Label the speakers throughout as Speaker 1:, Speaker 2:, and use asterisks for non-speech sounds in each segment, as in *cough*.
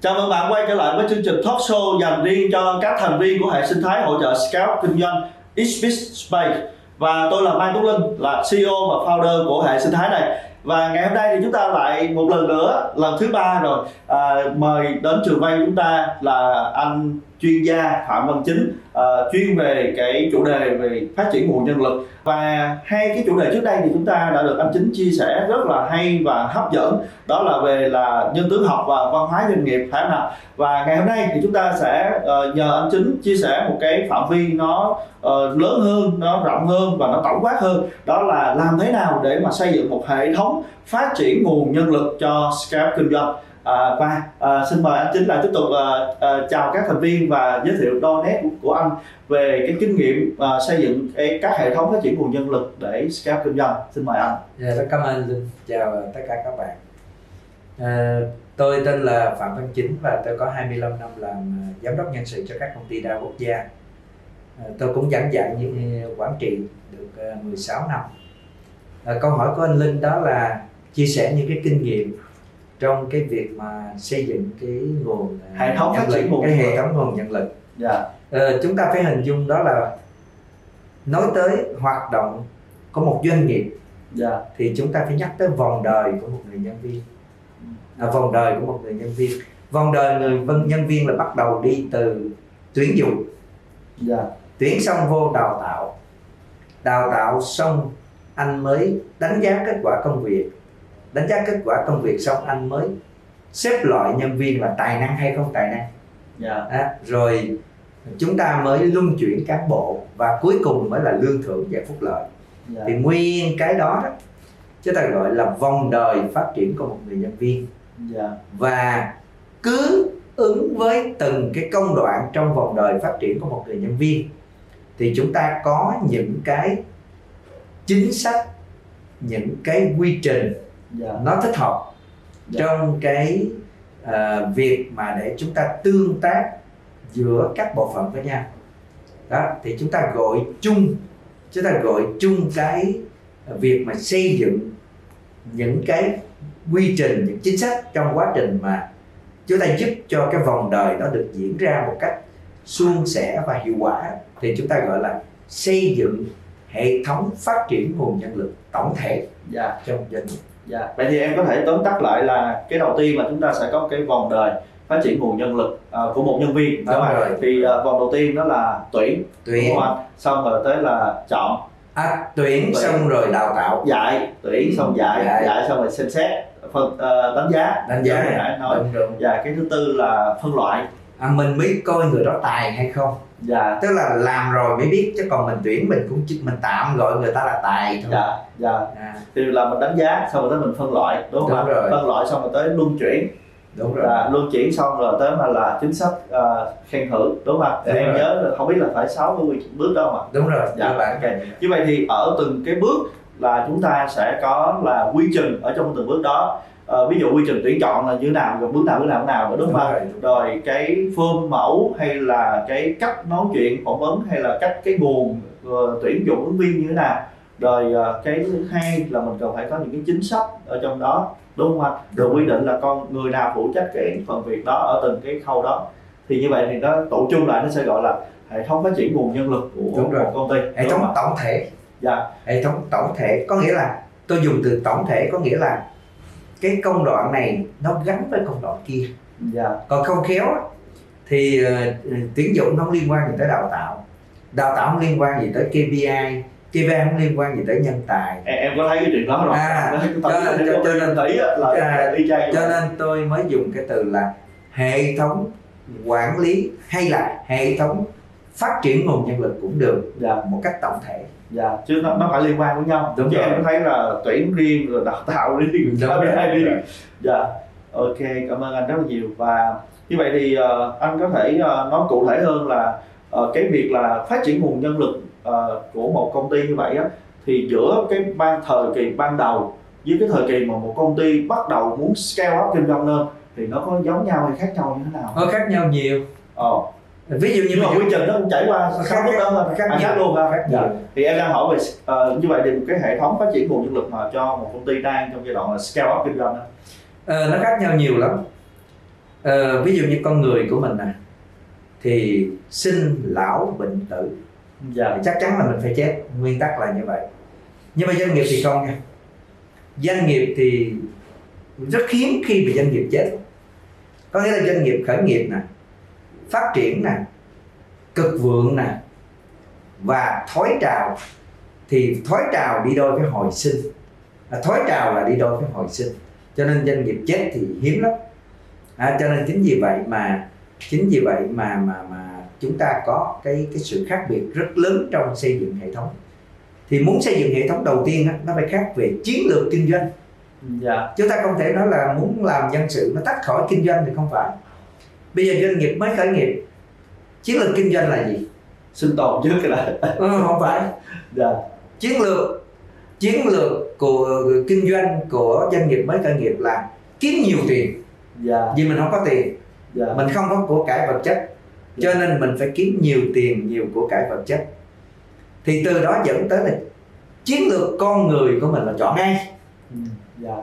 Speaker 1: Chào mừng bạn quay trở lại với chương trình talk show dành riêng cho các thành viên của hệ sinh thái hỗ trợ Scout kinh doanh Xbiz Space và tôi là Mai Tuấn Linh là CEO và founder của hệ sinh thái này và ngày hôm nay thì chúng ta lại một lần nữa lần thứ ba rồi à, mời đến trường quay của chúng ta là anh chuyên gia Phạm Văn Chính à, chuyên về cái chủ đề về phát triển nguồn nhân lực và hai cái chủ đề trước đây thì chúng ta đã được anh Chính chia sẻ rất là hay và hấp dẫn đó là về là nhân tướng học và văn hóa doanh nghiệp phải không nào và ngày hôm nay thì chúng ta sẽ ờ, nhờ anh Chính chia sẻ một cái phạm vi nó ờ, lớn hơn nó rộng hơn và nó tổng quát hơn đó là làm thế nào để mà xây dựng một hệ thống phát triển nguồn nhân lực cho scale kinh doanh À, và à, xin mời anh chính là tiếp tục à, à, chào các thành viên và giới thiệu đo nét của, của anh về cái kinh nghiệm à, xây dựng cái, các hệ thống phát triển nguồn nhân lực để scale kinh doanh xin mời anh
Speaker 2: Dạ, rất cảm ơn anh Linh. Chào tất cả các bạn. À, tôi tên là Phạm Văn Chính và tôi có 25 năm làm à, giám đốc nhân sự cho các công ty đa quốc gia. À, tôi cũng giảng dạy như quản trị được à, 16 năm. À, câu hỏi của anh Linh đó là chia sẻ những cái kinh nghiệm trong cái việc mà xây dựng cái nguồn à,
Speaker 1: Hệ thống
Speaker 2: nhân
Speaker 1: phát triển
Speaker 2: lực,
Speaker 1: nguồn
Speaker 2: cái
Speaker 1: nhân
Speaker 2: hệ
Speaker 1: lực.
Speaker 2: thống nguồn nhân lực.
Speaker 1: dạ
Speaker 2: Ờ, chúng ta phải hình dung đó là nói tới hoạt động của một doanh nghiệp
Speaker 1: dạ
Speaker 2: thì chúng ta phải nhắc tới vòng đời của một người nhân viên à, vòng đời của một người nhân viên vòng đời người vân- nhân viên là bắt đầu đi từ tuyển dụng
Speaker 1: dạ
Speaker 2: tuyển xong vô đào tạo đào tạo xong anh mới đánh giá kết quả công việc đánh giá kết quả công việc xong anh mới xếp loại nhân viên là tài năng hay không tài năng
Speaker 1: dạ
Speaker 2: à, rồi chúng ta mới luân chuyển cán bộ và cuối cùng mới là lương thưởng và phúc lợi
Speaker 1: dạ
Speaker 2: thì nguyên cái đó, đó chúng ta gọi là vòng đời phát triển của một người nhân viên
Speaker 1: dạ
Speaker 2: và cứ ứng với từng cái công đoạn trong vòng đời phát triển của một người nhân viên thì chúng ta có những cái chính sách những cái quy trình
Speaker 1: dạ
Speaker 2: nó thích hợp
Speaker 1: Dạ.
Speaker 2: trong cái ờ, việc mà để chúng ta tương tác giữa các bộ phận với nhau đó thì chúng ta gọi chung chúng ta gọi chung cái việc mà xây dựng những cái quy trình những chính sách trong quá trình mà chúng ta giúp cho cái vòng đời nó được diễn ra một cách suôn sẻ và hiệu quả thì chúng ta gọi là xây dựng hệ thống phát triển nguồn nhân lực tổng thể
Speaker 1: dạ
Speaker 2: trong doanh nghiệp
Speaker 1: Dạ, vậy thì em có thể tóm tắt lại là cái đầu tiên là chúng ta sẽ có cái vòng đời phát triển nguồn nhân lực à, của một nhân viên
Speaker 2: Đúng
Speaker 1: đúng không?
Speaker 2: Vâng rồi.
Speaker 1: ạ? Thì à, vòng đầu tiên đó là tuyển,
Speaker 2: Dạ. tuyển
Speaker 1: đúng không anh? Xong rồi tới là chọn,
Speaker 2: À, tuyển
Speaker 1: Tuyển.
Speaker 2: xong rồi đào tạo
Speaker 1: dạy, tuyển
Speaker 2: Ừ,
Speaker 1: xong dạy,
Speaker 2: dạy.
Speaker 1: dạy, xong rồi xem xét, phân ờ, đánh giá.
Speaker 2: đánh giá
Speaker 1: Giống như nãy
Speaker 2: này
Speaker 1: anh nói. Và cái thứ tư là phân loại.
Speaker 2: à, mình mới coi người đó tài hay không
Speaker 1: Dạ,
Speaker 2: tức là làm rồi mới biết chứ còn mình tuyển mình cũng chỉ mình tạm gọi người ta là tài thôi
Speaker 1: dạ, dạ.
Speaker 2: à,
Speaker 1: Thì là mình đánh giá xong rồi tới mình phân loại, đúng Dạ. không?
Speaker 2: Đúng
Speaker 1: ạ?
Speaker 2: rồi.
Speaker 1: Phân loại xong rồi tới luân chuyển,
Speaker 2: đúng rồi
Speaker 1: là luân chuyển xong rồi tới mà là chính sách ờ, khen thưởng, đúng không? ạ? Để
Speaker 2: Đúng
Speaker 1: em
Speaker 2: rồi.
Speaker 1: nhớ là không biết là phải 60 bước đâu mà.
Speaker 2: đúng rồi
Speaker 1: Dạ,
Speaker 2: các bạn
Speaker 1: như vậy thì ở từng cái bước là chúng ta sẽ có là quy trình ở trong từng bước đó Ờ, ví dụ quy trình tuyển chọn là như thế nào rồi bước nào bước nào bước nào nữa đúng không ạ?
Speaker 2: rồi, đúng rồi.
Speaker 1: rồi cái form mẫu hay là cái cách nói chuyện phỏng vấn hay là cách cái nguồn ờ, tuyển dụng ứng viên như thế nào rồi ờ, cái thứ hai là mình cần phải có những cái chính sách ở trong đó đúng không ạ rồi quy định là con người nào phụ trách cái phần việc đó ở từng cái khâu đó thì như vậy thì nó tổ chung lại nó sẽ gọi là hệ thống phát triển nguồn nhân lực của
Speaker 2: Đúng rồi.
Speaker 1: một công ty
Speaker 2: hệ
Speaker 1: đúng không ạ?
Speaker 2: thống tổng thể
Speaker 1: Dạ.
Speaker 2: hệ thống tổng thể có nghĩa là tôi dùng từ tổng thể có nghĩa là cái công đoạn này nó gắn với công đoạn kia
Speaker 1: dạ
Speaker 2: còn không khéo á, thì ờ, tuyển dụng nó không liên quan gì tới đào tạo đào tạo không liên quan gì tới KPI KPI không liên quan gì tới nhân tài
Speaker 1: em, em có thấy cái chuyện đó rồi
Speaker 2: À,
Speaker 1: *laughs* Tại
Speaker 2: cho-
Speaker 1: vì
Speaker 2: cho-
Speaker 1: công ty
Speaker 2: cho nên-
Speaker 1: tỷ á, là
Speaker 2: à,
Speaker 1: y chang
Speaker 2: cho
Speaker 1: vậy.
Speaker 2: nên tôi mới dùng cái từ là hệ thống quản lý hay là hệ thống phát triển nguồn nhân lực cũng được
Speaker 1: dạ
Speaker 2: một cách tổng thể
Speaker 1: dạ chứ nó, nó phải liên quan với nhau
Speaker 2: Đúng
Speaker 1: Chứ
Speaker 2: rồi.
Speaker 1: em thấy là tuyển riêng rồi đào tạo riêng *laughs* rồi riêng dạ ok cảm ơn anh rất là nhiều và như vậy thì ờ, anh có thể ờ, nói cụ thể hơn là ờ, cái việc là phát triển nguồn nhân lực ờ, của một công ty như vậy á thì giữa cái ban thời kỳ ban đầu với cái thời kỳ mà một công ty bắt đầu muốn scale up kinh doanh lên thì nó có giống nhau hay khác nhau như thế nào
Speaker 2: nó khác nhau nhiều
Speaker 1: ờ
Speaker 2: ví dụ như
Speaker 1: nhưng mà quy trình nó cũng trải qua
Speaker 2: Khác-
Speaker 1: sáu bước đó thôi
Speaker 2: khác
Speaker 1: à, khác
Speaker 2: nhiều.
Speaker 1: luôn ha
Speaker 2: khác
Speaker 1: Dạ.
Speaker 2: nhiều
Speaker 1: thì em đang hỏi về ờ, như vậy thì một cái hệ thống phát triển nguồn nhân lực mà cho một công ty đang trong giai đoạn là scale up kinh doanh đó.
Speaker 2: Ờ, nó khác nhau nhiều lắm Ờ, ví dụ như con người của mình nè thì sinh lão bệnh tử
Speaker 1: dạ
Speaker 2: Thì chắc chắn là mình phải chết nguyên tắc là như vậy nhưng mà doanh nghiệp thì không nha doanh nghiệp thì rất hiếm khi bị doanh nghiệp chết có nghĩa là doanh nghiệp khởi nghiệp nè phát triển nè cực vượng nè và thói trào thì thói trào đi đôi với hồi sinh à, thói trào là đi đôi với hồi sinh cho nên doanh nghiệp chết thì hiếm lắm à, cho nên chính vì vậy mà chính vì vậy mà mà mà chúng ta có cái cái sự khác biệt rất lớn trong xây dựng hệ thống thì muốn xây dựng hệ thống đầu tiên á, nó phải khác về chiến lược kinh doanh
Speaker 1: dạ
Speaker 2: chúng ta không thể nói là muốn làm dân sự nó tách khỏi kinh doanh thì không phải bây giờ doanh nghiệp mới khởi nghiệp chiến lược kinh doanh là gì
Speaker 1: sinh tồn trước cái đó
Speaker 2: ừ, không phải
Speaker 1: dạ
Speaker 2: chiến lược chiến lược của kinh doanh của doanh nghiệp mới khởi nghiệp là kiếm nhiều tiền
Speaker 1: dạ
Speaker 2: vì mình không có tiền
Speaker 1: dạ
Speaker 2: mình không có của cải vật chất cho nên mình phải kiếm nhiều tiền nhiều của cải vật chất thì từ đó dẫn tới là chiến lược con người của mình là chọn ngay
Speaker 1: ừ, dạ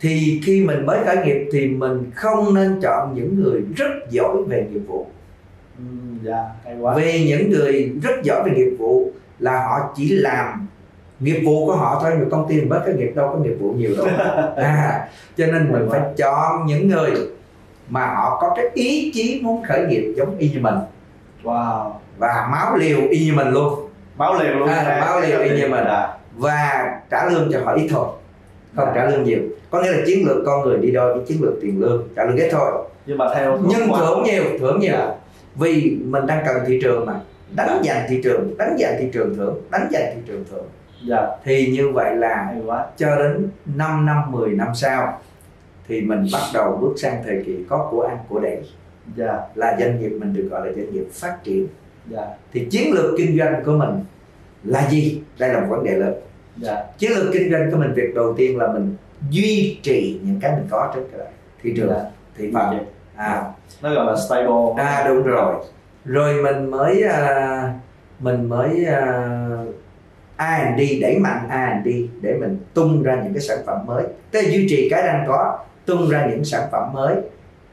Speaker 2: thì khi mình mới khởi nghiệp thì mình không nên chọn những người rất giỏi về nghiệp vụ
Speaker 1: ừ, dạ hay quá
Speaker 2: vì những người rất giỏi về nghiệp vụ là họ chỉ làm nghiệp vụ của họ thôi mà công ty mình mới khởi nghiệp đâu có nghiệp vụ nhiều đâu à, cho nên mình phải chọn những người mà họ có cái ý chí muốn khởi nghiệp giống y như mình
Speaker 1: wow
Speaker 2: và máu liều y như mình luôn
Speaker 1: báo liền luôn
Speaker 2: À,
Speaker 1: ha.
Speaker 2: báo liền y như mình.
Speaker 1: dạ
Speaker 2: và trả lương cho họ ít thôi không trả lương nhiều có nghĩa là chiến lược con người đi đôi với chiến lược tiền lương trả lương ít thôi
Speaker 1: nhưng mà theo
Speaker 2: nhưng
Speaker 1: quá-
Speaker 2: thưởng nhiều thưởng nhiều vì mình đang cần thị trường mà đánh giành thị trường đánh giành thị trường thưởng đánh giành thị trường thưởng
Speaker 1: dạ
Speaker 2: thì như vậy là
Speaker 1: hay quá
Speaker 2: cho đến 5 năm 10 năm sau thì mình bắt đầu bước sang thời kỳ có của ăn của để
Speaker 1: dạ
Speaker 2: là doanh nghiệp mình được gọi là doanh nghiệp phát triển
Speaker 1: dạ
Speaker 2: thì chiến lược kinh doanh của mình là gì đây là một vấn đề lớn
Speaker 1: dạ
Speaker 2: chiến lược kinh doanh của mình việc đầu tiên là mình duy trì những cái mình có trên cái thị trường
Speaker 1: dạ.
Speaker 2: thị phần à,
Speaker 1: nó gọi là stable
Speaker 2: à đúng rồi rồi mình mới à, mình mới uh, A&D đẩy mạnh A&D để mình tung ra những cái sản phẩm mới tức là duy trì cái đang có tung ra những sản phẩm mới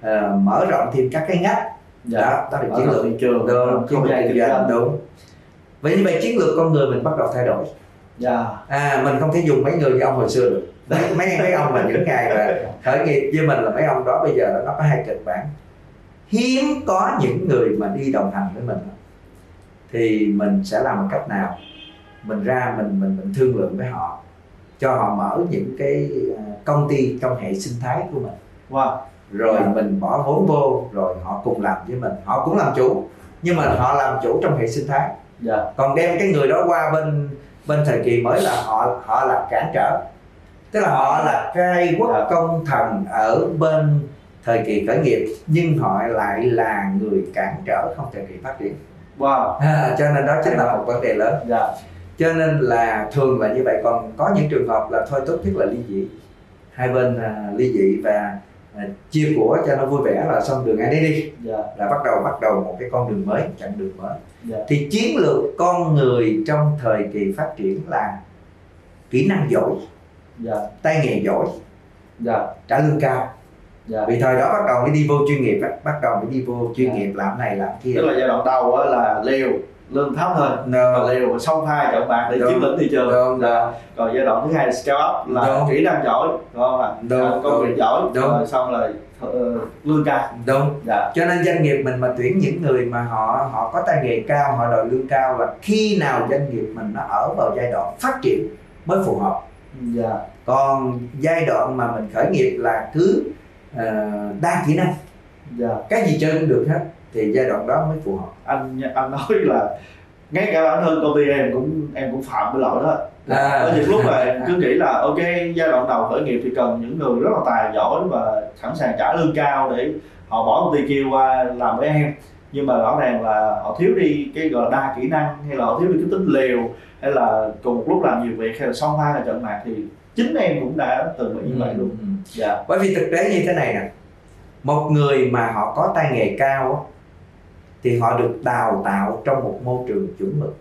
Speaker 2: à, mở rộng thêm các cái ngách
Speaker 1: dạ
Speaker 2: đó, đó là
Speaker 1: Ở
Speaker 2: chiến lược
Speaker 1: thị trường
Speaker 2: đúng chiến
Speaker 1: không
Speaker 2: lược
Speaker 1: gian
Speaker 2: kinh
Speaker 1: kinh
Speaker 2: doanh
Speaker 1: doanh
Speaker 2: đúng vậy như vậy chiến lược con người mình bắt đầu thay đổi
Speaker 1: dạ
Speaker 2: à mình không thể dùng mấy người như ông hồi xưa được mấy mấy, mấy ông mà những ngày mà khởi nghiệp với mình là mấy ông đó bây giờ nó có hai kịch bản hiếm có những người mà đi đồng hành với mình thì mình sẽ làm bằng cách nào mình ra mình mình mình thương lượng với họ cho họ mở những cái à, công ty trong hệ sinh thái của mình
Speaker 1: wow
Speaker 2: rồi
Speaker 1: Dạ.
Speaker 2: mình bỏ vốn vô rồi họ cùng làm với mình họ cũng làm chủ nhưng mà họ làm chủ trong hệ sinh thái
Speaker 1: dạ
Speaker 2: còn đem cái người đó qua bên bên thời kỳ mới là họ họ là cản trở tức là họ là cai quốc
Speaker 1: Dạ.
Speaker 2: công thần ở bên thời kỳ khởi nghiệp nhưng họ lại là người cản trở không thời kỳ phát triển
Speaker 1: wow
Speaker 2: à, cho nên đó chính là một vấn đề lớn
Speaker 1: dạ
Speaker 2: cho nên là thường là như vậy còn có những trường hợp là thôi tốt nhất là ly dị hai bên à, ly dị và à, chia của cho nó vui vẻ là xong đường ai nấy đi
Speaker 1: dạ
Speaker 2: là bắt đầu bắt đầu một cái con đường mới chặng đường mới
Speaker 1: Dạ.
Speaker 2: thì chiến lược con người trong thời kỳ phát triển là kỹ năng giỏi
Speaker 1: dạ
Speaker 2: tay nghề giỏi
Speaker 1: dạ
Speaker 2: trả lương cao
Speaker 1: dạ
Speaker 2: vì thời đó bắt đầu mới đi vô chuyên nghiệp á, bắt đầu mới đi vô chuyên
Speaker 1: Dạ.
Speaker 2: nghiệp làm này làm kia
Speaker 1: tức là giai đoạn đầu á là liều lương thấp thôi
Speaker 2: Nờ,
Speaker 1: và liều song pha chọn bạn để
Speaker 2: Đúng.
Speaker 1: chiếm lĩnh thị trường
Speaker 2: Đúng,
Speaker 1: Dạ. còn giai đoạn thứ hai là scale up là
Speaker 2: Đúng.
Speaker 1: kỹ năng giỏi đúng không ạ
Speaker 2: Đúng,
Speaker 1: À, công việc giỏi
Speaker 2: Đúng.
Speaker 1: rồi xong là ờ, lương cao
Speaker 2: đúng
Speaker 1: dạ
Speaker 2: cho nên doanh nghiệp mình mà tuyển những người mà họ họ có tay nghề cao họ đòi lương cao là khi nào doanh nghiệp mình nó ở vào giai đoạn phát triển mới phù hợp
Speaker 1: dạ
Speaker 2: còn giai đoạn mà mình khởi nghiệp là cứ ờ, đa kỹ năng
Speaker 1: dạ
Speaker 2: cái gì chơi cũng được hết thì giai đoạn đó mới phù hợp
Speaker 1: anh anh nói là ngay cả bản thân công ty em cũng em cũng phạm cái lỗi đó
Speaker 2: À.
Speaker 1: ở những lúc mà em cứ nghĩ là ok giai đoạn đầu khởi nghiệp thì cần những người rất là tài giỏi và sẵn sàng trả lương cao để họ bỏ công ty kia qua làm với em nhưng mà rõ ràng là họ thiếu đi cái gọi là đa kỹ năng hay là họ thiếu đi cái tính liều hay là cùng một lúc làm nhiều việc hay là song pha là trận mạc thì chính em cũng đã từng bị như
Speaker 2: Ừ.
Speaker 1: vậy luôn dạ
Speaker 2: bởi vì thực tế như thế này nè một người mà họ có tay nghề cao á, thì họ được đào tạo trong một môi trường chuẩn mực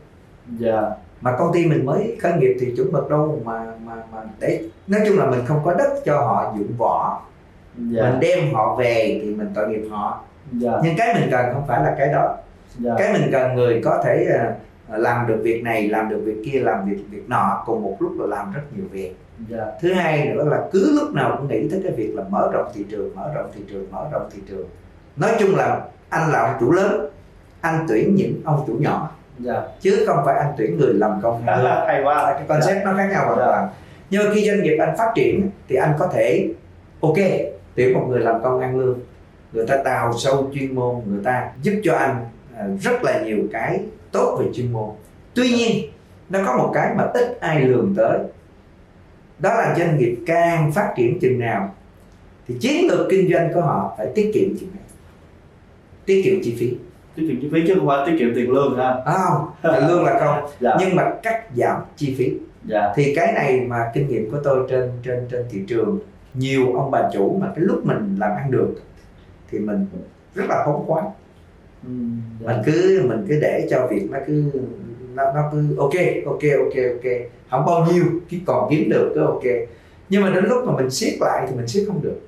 Speaker 1: dạ
Speaker 2: mà công ty mình mới khởi nghiệp thì chuẩn mực đâu mà mà mà để nói chung là mình không có đất cho họ dựng võ
Speaker 1: dạ
Speaker 2: mình đem họ về thì mình tội nghiệp họ
Speaker 1: dạ
Speaker 2: nhưng cái mình cần không phải là cái đó
Speaker 1: dạ
Speaker 2: cái mình cần người có thể ờ, làm được việc này làm được việc kia làm việc việc nọ cùng một lúc là làm rất nhiều việc
Speaker 1: dạ
Speaker 2: thứ hai nữa là cứ lúc nào cũng nghĩ tới cái việc là mở rộng thị trường mở rộng thị trường mở rộng thị trường nói chung là anh là ông chủ lớn anh tuyển những ông chủ nhỏ
Speaker 1: dạ
Speaker 2: chứ không phải anh tuyển người làm công
Speaker 1: khá
Speaker 2: hay
Speaker 1: là hay quá
Speaker 2: là cái concept nó khác nhau hoàn
Speaker 1: Dạ.
Speaker 2: toàn nhưng mà khi doanh nghiệp anh phát triển thì anh có thể ok tuyển một người làm công ăn lương người ta đào sâu chuyên môn người ta giúp cho anh à, rất là nhiều cái tốt về chuyên môn
Speaker 1: Dạ.
Speaker 2: tuy nhiên nó có một cái mà ít ai lường tới đó là doanh nghiệp càng phát triển chừng nào thì chiến lược kinh doanh của họ phải tiết kiệm chừng nào tiết kiệm chi phí
Speaker 1: tiết kiệm chi phí chứ không phải tiết kiệm tiền lương ha
Speaker 2: à,
Speaker 1: *laughs*
Speaker 2: không tiền lương là không
Speaker 1: dạ
Speaker 2: nhưng mà cắt giảm chi phí
Speaker 1: dạ
Speaker 2: thì cái này mà kinh nghiệm của tôi trên trên trên thị trường nhiều ông bà chủ mà cái lúc mình làm ăn được thì mình rất là phóng khoáng
Speaker 1: Ừm, dạ.
Speaker 2: mình cứ mình cứ để cho việc nó cứ nó, nó cứ ok ok ok ok không bao nhiêu chứ còn kiếm được cứ ok nhưng mà đến lúc mà mình siết lại thì mình siết không được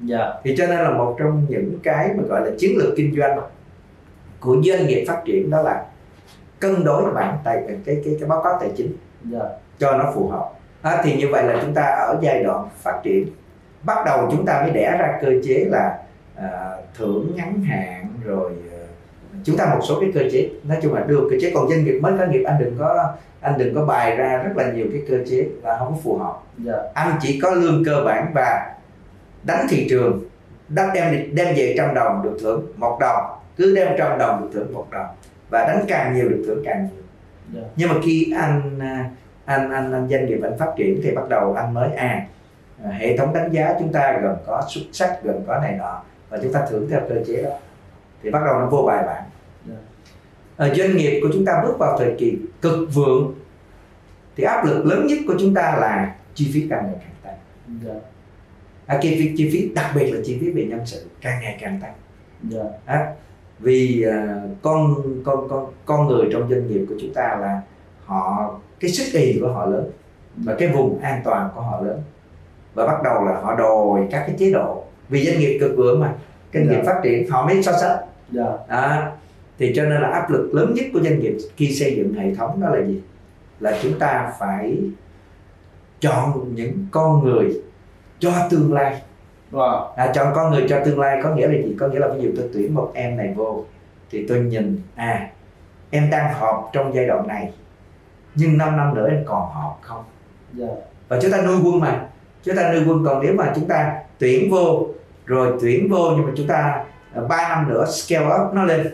Speaker 1: dạ
Speaker 2: thì cho nên là một trong những cái mà gọi là chiến lược kinh doanh của doanh nghiệp phát triển đó là cân đối bản tài cái cái cái báo cáo tài chính
Speaker 1: dạ
Speaker 2: cho nó phù hợp à, thì như vậy là chúng ta ở giai đoạn phát triển bắt đầu chúng ta mới đẻ ra cơ chế là à, thưởng ngắn hạn rồi à, chúng ta một số cái cơ chế nói chung là đưa cơ chế còn doanh nghiệp mới khởi nghiệp anh đừng có anh đừng có bài ra rất là nhiều cái cơ chế là không có phù hợp
Speaker 1: dạ
Speaker 2: anh chỉ có lương cơ bản và đánh thị trường đánh đem đem về trăm đồng được thưởng một đồng cứ đem trăm đồng được thưởng một đồng và đánh càng nhiều được thưởng càng nhiều
Speaker 1: Dạ.
Speaker 2: nhưng mà khi anh à, anh anh anh doanh nghiệp anh phát triển thì bắt đầu anh mới à à, hệ thống đánh giá chúng ta gồm có xuất sắc gồm có này nọ và chúng ta thưởng theo cơ chế đó thì bắt đầu nó vô bài bản
Speaker 1: Dạ.
Speaker 2: Ờ, doanh nghiệp của chúng ta bước vào thời kỳ cực vượng thì áp lực lớn nhất của chúng ta là chi phí càng ngày càng tăng
Speaker 1: dạ
Speaker 2: à, chi phí chi phí đặc biệt là chi phí về nhân sự càng ngày càng tăng
Speaker 1: dạ
Speaker 2: vì à, con con con con người trong doanh nghiệp của chúng ta là họ cái sức ý của họ lớn và cái vùng an toàn của họ lớn và bắt đầu là họ đòi các cái chế độ vì doanh nghiệp cực vượng mà doanh nghiệp
Speaker 1: Dạ.
Speaker 2: phát triển họ mới so sánh
Speaker 1: dạ
Speaker 2: đó. thì cho nên là áp lực lớn nhất của doanh nghiệp khi xây dựng hệ thống đó là gì là chúng ta phải chọn những con người cho tương lai
Speaker 1: wow
Speaker 2: à, chọn con người cho tương lai có nghĩa là gì có nghĩa là ví dụ tôi tuyển một em này vô thì tôi nhìn à em đang hợp trong giai đoạn này nhưng 5 năm nữa em còn hợp không
Speaker 1: dạ
Speaker 2: và chúng ta nuôi quân mà chúng ta nuôi quân còn nếu mà chúng ta tuyển vô rồi tuyển vô nhưng mà chúng ta 3 năm nữa scale up nó lên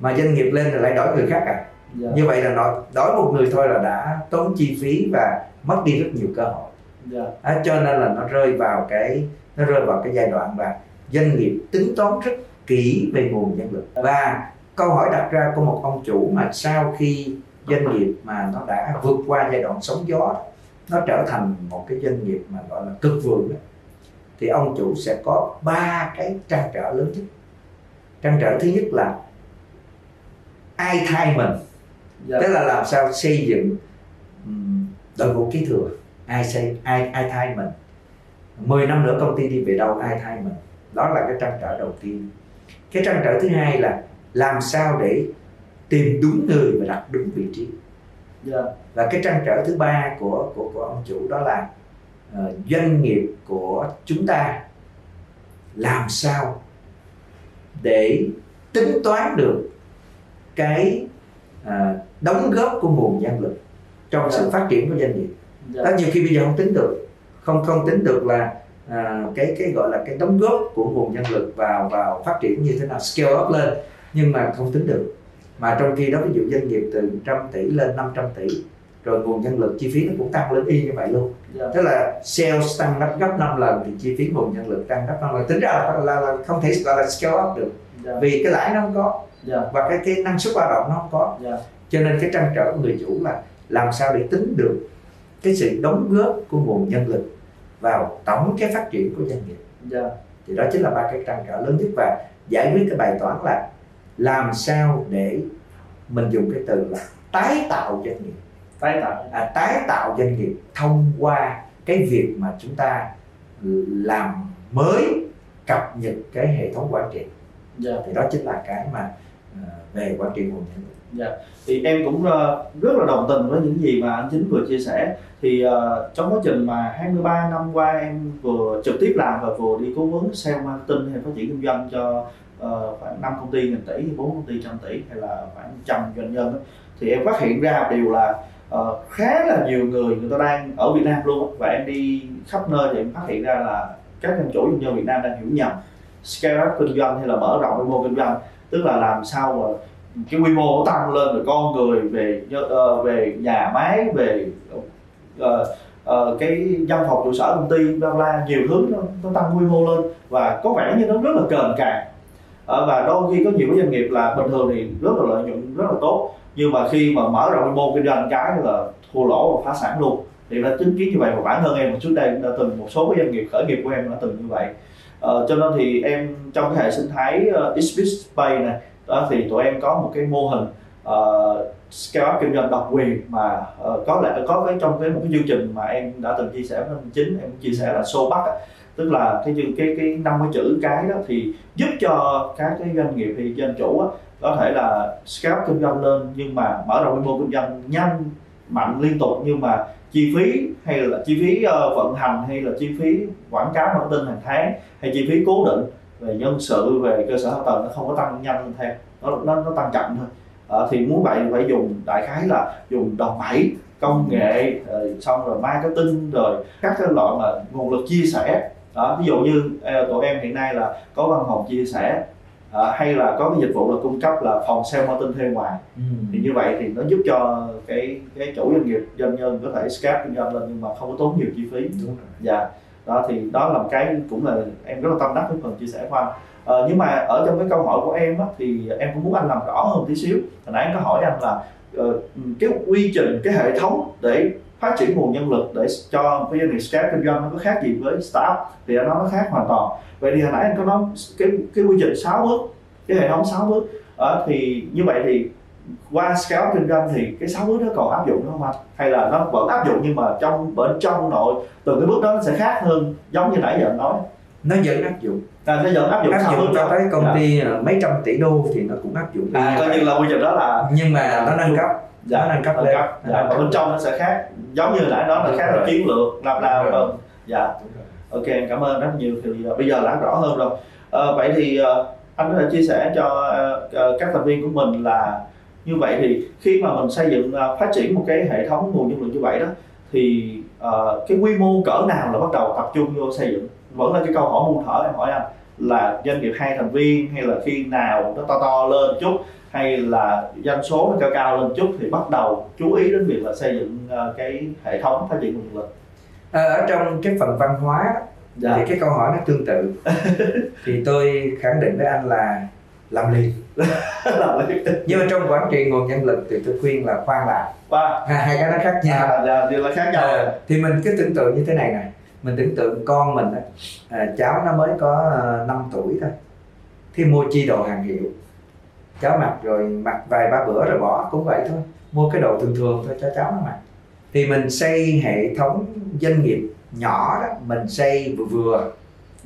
Speaker 2: mà doanh nghiệp lên rồi lại đổi người khác à
Speaker 1: dạ
Speaker 2: như vậy là nó đổi một người thôi là đã tốn chi phí và mất đi rất nhiều cơ hội
Speaker 1: dạ
Speaker 2: à, cho nên là nó rơi vào cái nó rơi vào cái giai đoạn là doanh nghiệp tính toán rất kỹ về nguồn nhân lực và câu hỏi đặt ra của một ông chủ mà sau khi doanh nghiệp mà nó đã vượt qua giai đoạn sóng gió nó trở thành một cái doanh nghiệp mà gọi là cực vượng đó, thì ông chủ sẽ có ba cái trăn trở lớn nhất trăn trở thứ nhất là ai thay mình
Speaker 1: dạ
Speaker 2: tức là làm sao xây dựng ừm, đội ngũ kế thừa ai xây ai ai thay mình 10 năm nữa công ty đi về đâu ai thay mình đó là cái trăn trở đầu tiên cái trăn trở thứ hai là làm sao để tìm đúng người và đặt đúng vị trí
Speaker 1: dạ
Speaker 2: và cái trăn trở thứ ba của của của ông chủ đó là ờ, doanh nghiệp của chúng ta làm sao để tính toán được cái ờ, đóng góp của nguồn nhân lực trong sự phát triển của doanh nghiệp
Speaker 1: dạ
Speaker 2: đó nhiều khi bây giờ không tính được không không tính được là à, cái cái gọi là cái đóng góp của nguồn nhân lực vào vào phát triển như thế nào scale up lên nhưng mà không tính được mà trong khi đó ví dụ doanh nghiệp từ trăm tỷ lên 500 tỷ rồi nguồn nhân lực chi phí nó cũng tăng lên y như vậy luôn
Speaker 1: dạ
Speaker 2: tức là sales tăng gấp gấp 5 lần thì chi phí nguồn nhân lực tăng gấp 5 lần tính ra là, là, là không thể gọi là scale up được
Speaker 1: dạ
Speaker 2: vì cái lãi nó không có
Speaker 1: dạ
Speaker 2: và cái cái năng suất lao động nó không có
Speaker 1: dạ
Speaker 2: cho nên cái trăn trở của người chủ là làm sao để tính được cái sự đóng góp của nguồn nhân lực vào tổng cái phát triển của doanh nghiệp
Speaker 1: dạ
Speaker 2: thì đó chính là ba cái trăn trở lớn nhất và giải quyết cái bài toán là làm sao để mình dùng cái từ là tái tạo doanh nghiệp
Speaker 1: tái tạo
Speaker 2: à, tái tạo doanh nghiệp thông qua cái việc mà chúng ta làm mới cập nhật cái hệ thống quản trị
Speaker 1: Dạ.
Speaker 2: thì đó chính là cái mà ờ, về quản trị nguồn nhân lực
Speaker 1: thì em cũng ờ, rất là đồng tình với những gì mà anh chính vừa chia sẻ thì ờ, trong quá trình mà 23 năm qua em vừa trực tiếp làm và vừa đi cố vấn sale marketing hay phát triển kinh doanh cho ờ, khoảng 5 công ty nghìn tỷ, 4 công ty trăm tỷ hay là khoảng trăm doanh nhân á. thì em phát hiện ra một điều là ờ, khá là nhiều người người ta đang ở Việt Nam luôn á. và em đi khắp nơi thì em phát hiện ra là các em chủ doanh nhân Việt Nam đang hiểu nhầm scale up kinh doanh hay là mở rộng quy mô kinh doanh tức là làm sao mà cái quy mô nó tăng lên rồi con người về nhớ- ờ, về nhà máy về ờ, ờ, cái văn phòng trụ sở công ty bla bla nhiều thứ nó, nó tăng quy mô lên và có vẻ như nó rất là cờn càng Ờ, và đôi khi có nhiều cái doanh nghiệp là bình thường thì rất là lợi nhuận rất là tốt nhưng mà khi mà mở rộng quy mô kinh doanh cái là thua lỗ và phá sản luôn thì đã chứng kiến như vậy và bản thân em trước đây cũng đã từng một số cái doanh nghiệp khởi nghiệp của em đã từng như vậy Ờ, cho nên thì em trong cái hệ sinh thái uh, Space này đó thì tụi em có một cái mô hình ờ, scale up kinh doanh độc quyền mà ờ, có lẽ có cái trong cái một cái chương trình mà em đã từng chia sẻ với anh chính em cũng chia sẻ là show bắc á. tức là cái chương- cái cái năm cái chữ cái đó thì giúp cho các cái doanh nghiệp thì doanh chủ á, có thể là scale up kinh doanh lên nhưng mà mở rộng quy mô kinh doanh nhanh mạnh liên tục nhưng mà chi phí hay là chi phí ờ, vận hành hay là chi phí quảng cáo marketing hàng tháng hay chi phí cố định về nhân sự về cơ sở hạ tầng nó không có tăng nhanh theo nó nó, nó tăng chậm thôi Ờ, thì muốn vậy thì phải dùng đại khái là dùng đòn bẩy công nghệ rồi xong rồi marketing rồi các cái loại mà nguồn lực chia sẻ đó, ví dụ như ờ, tụi em hiện nay là có văn phòng chia sẻ ờ, hay là có cái dịch vụ là cung cấp là phòng sale marketing thuê ngoài thì như vậy thì nó giúp cho cái cái chủ doanh nghiệp doanh nhân có thể scale kinh doanh lên nhưng mà không có tốn nhiều chi phí
Speaker 2: đúng rồi
Speaker 1: dạ đó thì đó là một cái cũng là em rất là tâm đắc với phần chia sẻ của anh ờ, nhưng mà ở trong cái câu hỏi của em á, thì em cũng muốn anh làm rõ hơn tí xíu hồi nãy em có hỏi anh là ờ, cái quy trình cái hệ thống để phát triển nguồn nhân lực để cho một cái doanh nghiệp scale kinh doanh nó có khác gì với startup thì anh nói nó khác hoàn toàn vậy thì hồi nãy anh có nói cái cái quy trình 6 bước cái hệ thống 6 bước Ờ, thì như vậy thì qua scale kinh doanh thì cái 6 bước đó còn áp dụng nữa không anh hay là nó vẫn áp dụng nhưng mà trong bên trong nội từ cái bước đó nó sẽ khác hơn giống như nãy giờ anh nói
Speaker 2: nó vẫn áp dụng
Speaker 1: là sẽ vẫn áp dụng
Speaker 2: áp
Speaker 1: sau
Speaker 2: dụng
Speaker 1: bước
Speaker 2: cho
Speaker 1: đó
Speaker 2: tới công
Speaker 1: Dạ.
Speaker 2: ty ờ, mấy trăm tỷ đô thì nó cũng áp dụng
Speaker 1: à, coi như là quy trình đó là
Speaker 2: nhưng mà nó nâng cấp nó nâng cấp
Speaker 1: nâng
Speaker 2: lên
Speaker 1: cấp dạ, và bên trong nó sẽ khác giống như nãy nói là
Speaker 2: Đúng
Speaker 1: khác là
Speaker 2: rồi.
Speaker 1: chiến lược làm làm
Speaker 2: Đúng rồi.
Speaker 1: phần dạ ok em cảm ơn rất nhiều thì ờ, bây giờ đã rõ hơn rồi Ờ, vậy thì ờ, anh có thể chia sẻ cho ờ, ờ, các thành viên của mình là như vậy thì khi mà mình xây dựng ờ, phát triển một cái hệ thống nguồn nhân lực như vậy đó thì ờ, cái quy mô cỡ nào là bắt đầu tập trung vô xây dựng vẫn là cái câu hỏi muôn thở em hỏi anh là doanh nghiệp hai thành viên hay là khi nào nó to to lên chút hay là doanh số nó cao cao lên chút thì bắt đầu chú ý đến việc là xây dựng ờ, cái hệ thống phát triển nguồn nhân lực
Speaker 2: Ờ, ở trong cái phần văn hóa đó, thì
Speaker 1: dạ
Speaker 2: cái câu hỏi nó
Speaker 1: *laughs*
Speaker 2: tương tự thì tôi khẳng định với anh là làm liền
Speaker 1: *laughs* là
Speaker 2: nhưng mà trong quản trị nguồn nhân lực thì tôi khuyên là khoan làm
Speaker 1: ba
Speaker 2: ha, hai cái nó khác nhau
Speaker 1: dạ dạ điều là khác nhau
Speaker 2: Ờ, thì mình cứ tưởng tượng như thế này nè mình tưởng tượng con mình á, à, cháu nó mới có à, 5 tuổi thôi thì mua chi đồ hàng hiệu cháu mặc rồi mặc vài ba bữa rồi bỏ cũng vậy thôi mua cái đồ thường thường thôi cho cháu nó mặc thì mình xây hệ thống doanh nghiệp nhỏ đó mình xây vừa vừa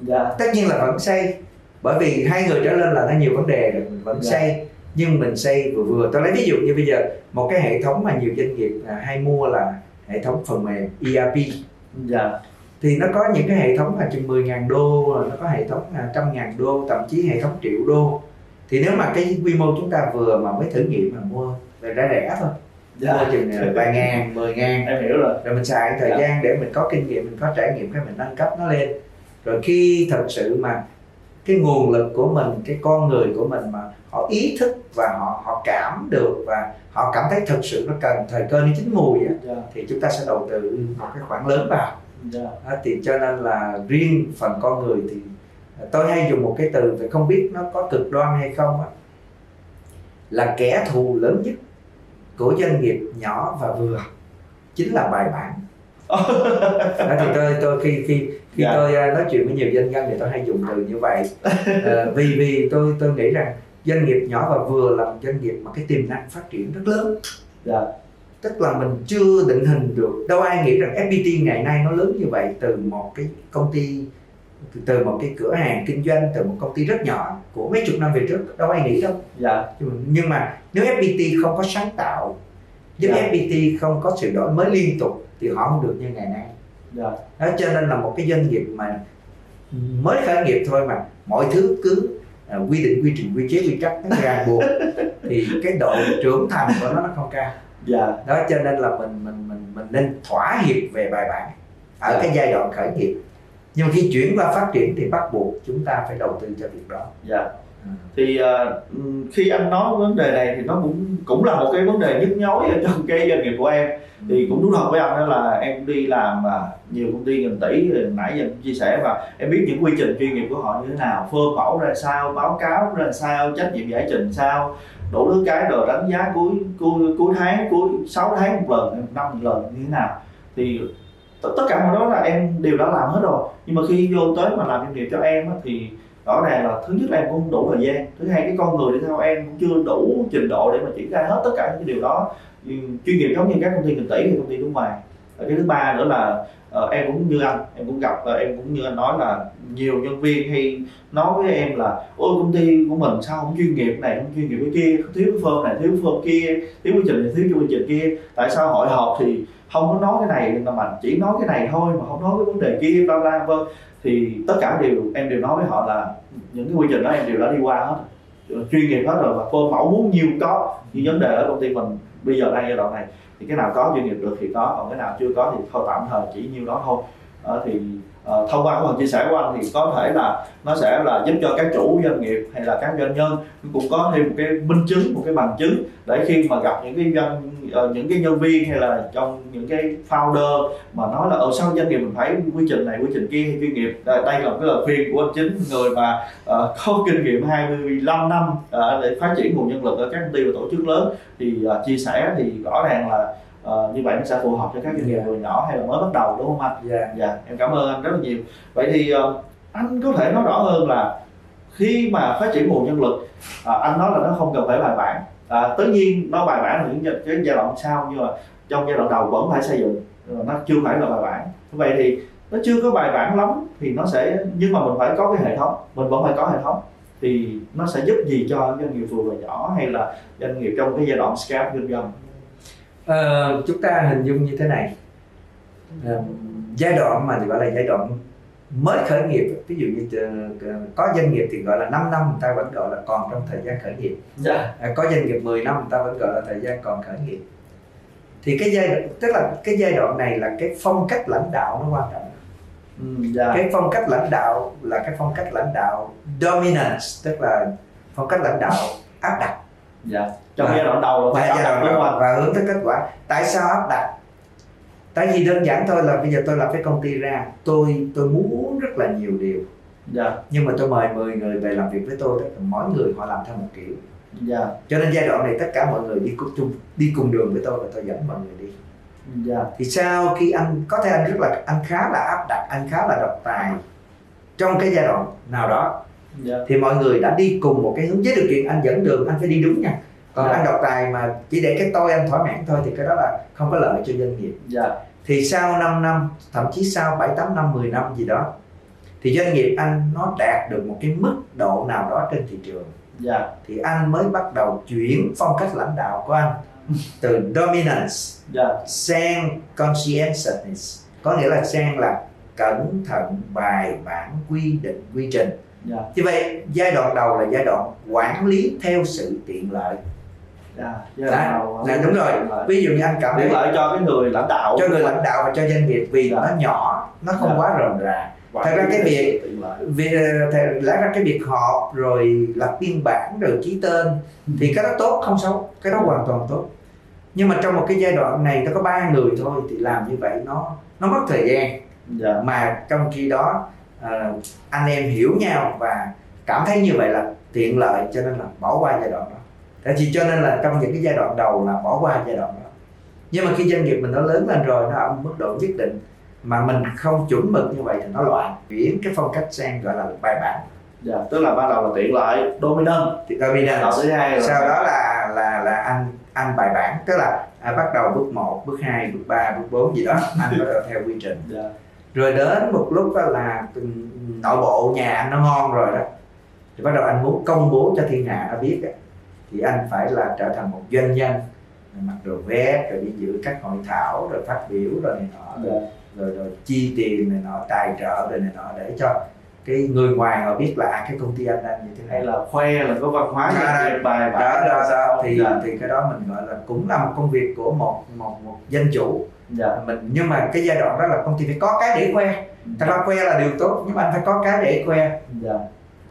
Speaker 1: dạ
Speaker 2: tất nhiên là vẫn xây bởi vì hai người trở lên là nó nhiều vấn đề rồi mình vẫn
Speaker 1: Dạ.
Speaker 2: xây nhưng mình xây vừa vừa tôi lấy ví dụ như bây giờ một cái hệ thống mà nhiều doanh nghiệp à, hay mua là hệ thống phần mềm ERP
Speaker 1: dạ
Speaker 2: thì nó có những cái hệ thống là chừng 10.000 đô rồi nó có hệ thống là trăm ngàn đô thậm chí hệ thống triệu đô thì nếu mà cái quy mô chúng ta vừa mà mới thử nghiệm mà mua là ra rẻ thôi mua
Speaker 1: dạ
Speaker 2: chừng là vài ngàn mười ngàn
Speaker 1: em hiểu rồi
Speaker 2: rồi mình xài thời
Speaker 1: Dạ.
Speaker 2: gian để mình có kinh nghiệm mình có trải nghiệm cái mình nâng cấp nó lên rồi khi thật sự mà cái nguồn lực của mình cái con người của mình mà họ ý thức và họ họ cảm được và họ cảm thấy thật sự nó cần thời cơ nó chín mùi á
Speaker 1: dạ
Speaker 2: thì chúng ta sẽ đầu tư một cái khoản lớn vào
Speaker 1: dạ *laughs*
Speaker 2: Đó, thì cho nên là riêng phần con người thì tôi hay dùng một cái từ về không biết nó có cực đoan hay không á là kẻ thù lớn nhất của doanh nghiệp nhỏ và vừa chính là bài bản đó thì tôi tôi khi khi
Speaker 1: Ừ.
Speaker 2: khi
Speaker 1: Dạ.
Speaker 2: tôi à, nói chuyện với nhiều doanh nhân thì tôi hay dùng từ như vậy
Speaker 1: *laughs*
Speaker 2: Ờ, vì vì tôi tôi nghĩ rằng doanh nghiệp nhỏ và vừa là một doanh nghiệp mà cái tiềm năng phát triển rất lớn
Speaker 1: Dạ.
Speaker 2: tức là mình chưa định hình được đâu ai nghĩ rằng FPT ngày nay nó lớn như vậy từ một cái công ty từ từ một cái cửa hàng kinh doanh từ một công ty rất nhỏ của mấy chục năm về trước đâu ai nghĩ đâu
Speaker 1: dạ
Speaker 2: nhưng mà nếu FPT không có sáng tạo nếu
Speaker 1: Dạ.
Speaker 2: FPT không có sự đổi mới liên tục thì họ không được như ngày nay
Speaker 1: dạ
Speaker 2: đó cho nên là một cái doanh nghiệp mà mới khởi nghiệp thôi mà mọi thứ cứ à, quy định quy trình quy chế quy tắc nó ràng
Speaker 1: *laughs*
Speaker 2: buộc thì cái độ trưởng thành của nó nó không cao
Speaker 1: dạ
Speaker 2: đó cho nên là mình mình mình mình nên thỏa hiệp về bài bản ở
Speaker 1: Dạ.
Speaker 2: cái giai đoạn khởi nghiệp nhưng mà khi chuyển qua phát triển thì bắt buộc chúng ta phải đầu tư cho việc đó
Speaker 1: dạ
Speaker 2: Ừ.
Speaker 1: thì ờ, ừm, khi anh nói vấn đề này thì nó cũng cũng là một cái vấn đề nhức nhối ở trong cái doanh nghiệp của em thì cũng đúng thật với anh đó là em đi làm mà nhiều công ty nghìn tỷ thì nãy giờ em chia sẻ và em biết những quy trình chuyên nghiệp của họ như thế nào phơ mẫu ra sao báo cáo ra sao trách nhiệm giải trình sao đủ thứ cái rồi đánh giá cuối cuối cuối tháng cuối 6 tháng một lần năm một lần như thế nào thì t- tất cả mọi đó là em đều đã làm hết rồi nhưng mà khi vô tới mà làm doanh nghiệp cho em á, thì rõ ràng là thứ nhất là em cũng không đủ thời gian thứ hai cái con người đi theo em cũng chưa đủ trình độ để mà triển khai hết tất cả những cái điều đó Ừ, chuyên nghiệp giống như các công ty kinh tỷ hay công ty nước ngoài Và cái thứ ba nữa là ờ, em cũng như anh em cũng gặp và em cũng như anh nói là nhiều nhân viên hay nói với em là ôi công ty của mình sao không chuyên nghiệp này không chuyên nghiệp cái kia thiếu cái phơm này thiếu cái phơm kia thiếu quy trình này thiếu cái quy trình kia tại sao hội họp thì không có nói cái này mà mình chỉ nói cái này thôi mà không nói cái vấn đề kia bla bla vân thì tất cả đều em đều nói với họ là những cái quy trình đó em đều đã đi qua hết chuyên nghiệp hết rồi và phơm mẫu muốn nhiều có nhưng vấn đề ở công ty mình bây giờ đang giai đoạn này thì cái nào có doanh nghiệp được thì có còn cái nào chưa có thì thôi tạm thời chỉ nhiêu đó thôi Ờ, thì ờ, thông qua cái phần chia sẻ của anh thì có thể là nó sẽ là giúp cho các chủ doanh nghiệp hay là các doanh nhân cũng có thêm một cái minh chứng một cái bằng chứng để khi mà gặp những cái doanh ờ, những cái nhân viên hay là trong những cái founder mà nói là ở sao doanh nghiệp mình phải quy trình này quy trình kia hay chuyên nghiệp Ờ, đây là một cái lời khuyên của anh chính người mà ờ, có kinh nghiệm 25 năm ờ, để phát triển nguồn nhân lực ở các công ty và tổ chức lớn thì à, chia sẻ thì rõ ràng là à, như vậy nó sẽ phù hợp cho các doanh nghiệp
Speaker 2: Dạ.
Speaker 1: vừa nhỏ hay là mới bắt đầu đúng không anh?
Speaker 2: Dạ.
Speaker 1: Dạ, em cảm ơn anh rất là nhiều. Vậy thì à, anh có thể nói rõ hơn là khi mà phát triển nguồn nhân lực à, anh nói là nó không cần phải bài bản. À, tất nhiên nó bài bản là những giai- cái giai đoạn sau nhưng mà trong giai đoạn đầu vẫn phải xây dựng Ờ, nó chưa phải là bài bản. Vậy thì nó chưa có bài bản lắm thì nó sẽ nhưng mà mình phải có cái hệ thống, mình vẫn phải có hệ thống thì nó sẽ giúp gì cho doanh nghiệp vừa và nhỏ hay là doanh nghiệp trong cái giai đoạn scale kinh doanh
Speaker 2: Ờ, chúng ta hình dung như thế này Ờ, giai đoạn mà gọi là giai đoạn mới khởi nghiệp ví dụ như ờ, có doanh nghiệp thì gọi là 5 năm người ta vẫn gọi là còn trong thời gian khởi nghiệp
Speaker 1: dạ
Speaker 2: À, có doanh nghiệp 10 năm người ta vẫn gọi là thời gian còn khởi nghiệp thì cái giai tức là cái giai đoạn này là cái phong cách lãnh đạo nó quan trọng
Speaker 1: ừ, dạ
Speaker 2: cái phong cách lãnh đạo là cái phong cách lãnh đạo dominance tức là phong cách lãnh đạo áp đặt
Speaker 1: dạ trong
Speaker 2: Và-
Speaker 1: giai đoạn đầu là
Speaker 2: và
Speaker 1: phải
Speaker 2: giai
Speaker 1: áp đặt
Speaker 2: đoạn
Speaker 1: đúng không
Speaker 2: đầu
Speaker 1: anh
Speaker 2: và hướng tới kết quả tại sao áp đặt tại vì đơn giản thôi là bây giờ tôi lập cái công ty ra tôi tôi muốn rất là nhiều điều
Speaker 1: dạ
Speaker 2: nhưng mà tôi mời 10 người về làm việc với tôi tức là mỗi người họ làm theo một kiểu
Speaker 1: dạ
Speaker 2: cho nên giai đoạn này tất cả mọi người đi cùng chung đi cùng đường với tôi và tôi dẫn mọi người đi
Speaker 1: dạ
Speaker 2: thì sau khi anh có thể anh rất là anh khá là áp đặt anh khá là độc tài trong cái giai đoạn nào đó
Speaker 1: dạ
Speaker 2: thì mọi người đã đi cùng một cái hướng với điều kiện anh dẫn đường anh phải đi đúng nha còn
Speaker 1: Dạ.
Speaker 2: anh độc tài mà chỉ để cái tôi anh thỏa mãn thôi thì cái đó là không có lợi cho doanh nghiệp
Speaker 1: dạ
Speaker 2: thì sau 5 năm thậm chí sau 7, 8 năm 10 năm gì đó thì doanh nghiệp anh nó đạt được một cái mức độ nào đó trên thị trường
Speaker 1: dạ
Speaker 2: thì anh mới bắt đầu chuyển phong cách lãnh đạo của anh từ dominance
Speaker 1: dạ
Speaker 2: sang conscientiousness có nghĩa là sang là cẩn thận bài bản quy định quy trình
Speaker 1: Dạ.
Speaker 2: như vậy giai đoạn đầu là giai đoạn quản lý theo sự tiện lợi
Speaker 1: dạ
Speaker 2: Đấy, là đúng rồi. ví dụ như anh cảm
Speaker 1: để
Speaker 2: thấy
Speaker 1: lợi cho cái người lãnh đạo
Speaker 2: cho người lãnh đạo và cho doanh nghiệp vì
Speaker 1: Dạ.
Speaker 2: nó nhỏ nó không
Speaker 1: Dạ.
Speaker 2: quá rườm rà
Speaker 1: Quản
Speaker 2: thật ra
Speaker 1: lý
Speaker 2: cái
Speaker 1: sự
Speaker 2: việc-
Speaker 1: tiện lợi.
Speaker 2: vì ờ, thầy- lẽ ra cái việc họp rồi lập biên bản rồi ký tên thì cái đó tốt không xấu cái đó hoàn toàn tốt nhưng mà trong một cái giai đoạn này nó có ba người thôi thì làm như vậy nó nó mất thời gian
Speaker 1: dạ
Speaker 2: mà trong khi đó ờ, anh em hiểu nhau và cảm thấy như vậy là tiện lợi cho nên là bỏ qua giai đoạn đó tại vì cho nên là trong những cái giai đoạn đầu là bỏ qua giai đoạn đó nhưng mà khi doanh nghiệp mình nó lớn lên rồi nó ở một mức độ nhất định mà mình không chuẩn mực như vậy thì nó loạn chuyển cái phong cách sang gọi là bài bản
Speaker 1: dạ tức là ban đầu là tiện lợi dominant
Speaker 2: thì tôi đi
Speaker 1: giai đoạn thứ hai là
Speaker 2: sau đó là là là anh anh bài bản tức là à, bắt đầu bước 1, bước 2, bước 3, bước 4 gì đó anh bắt đầu theo quy trình
Speaker 1: dạ
Speaker 2: rồi đến một lúc đó là nội bộ nhà anh nó ngon rồi đó thì bắt đầu anh muốn công bố cho thiên hạ nó biết á, thì anh phải là trở thành một doanh nhân mặc đồ vest rồi đi giữ các hội thảo rồi phát biểu rồi này nọ rồi, rồi, rồi chi tiền này nọ tài trợ rồi này nọ để cho cái người ngoài họ biết là à, cái công ty anh đang như thế này
Speaker 1: hay là khoe là có văn hóa
Speaker 2: Đó,
Speaker 1: doanh nghiệp bài
Speaker 2: Dạ. đó
Speaker 1: bản
Speaker 2: đó đó thì
Speaker 1: Dạ.
Speaker 2: thì cái đó mình gọi là cũng là một công việc của một một một dân chủ
Speaker 1: dạ
Speaker 2: mình nhưng mà cái giai đoạn đó là công ty phải có cái để khoe thật ra khoe là điều tốt nhưng mà anh phải có cái để khoe
Speaker 1: dạ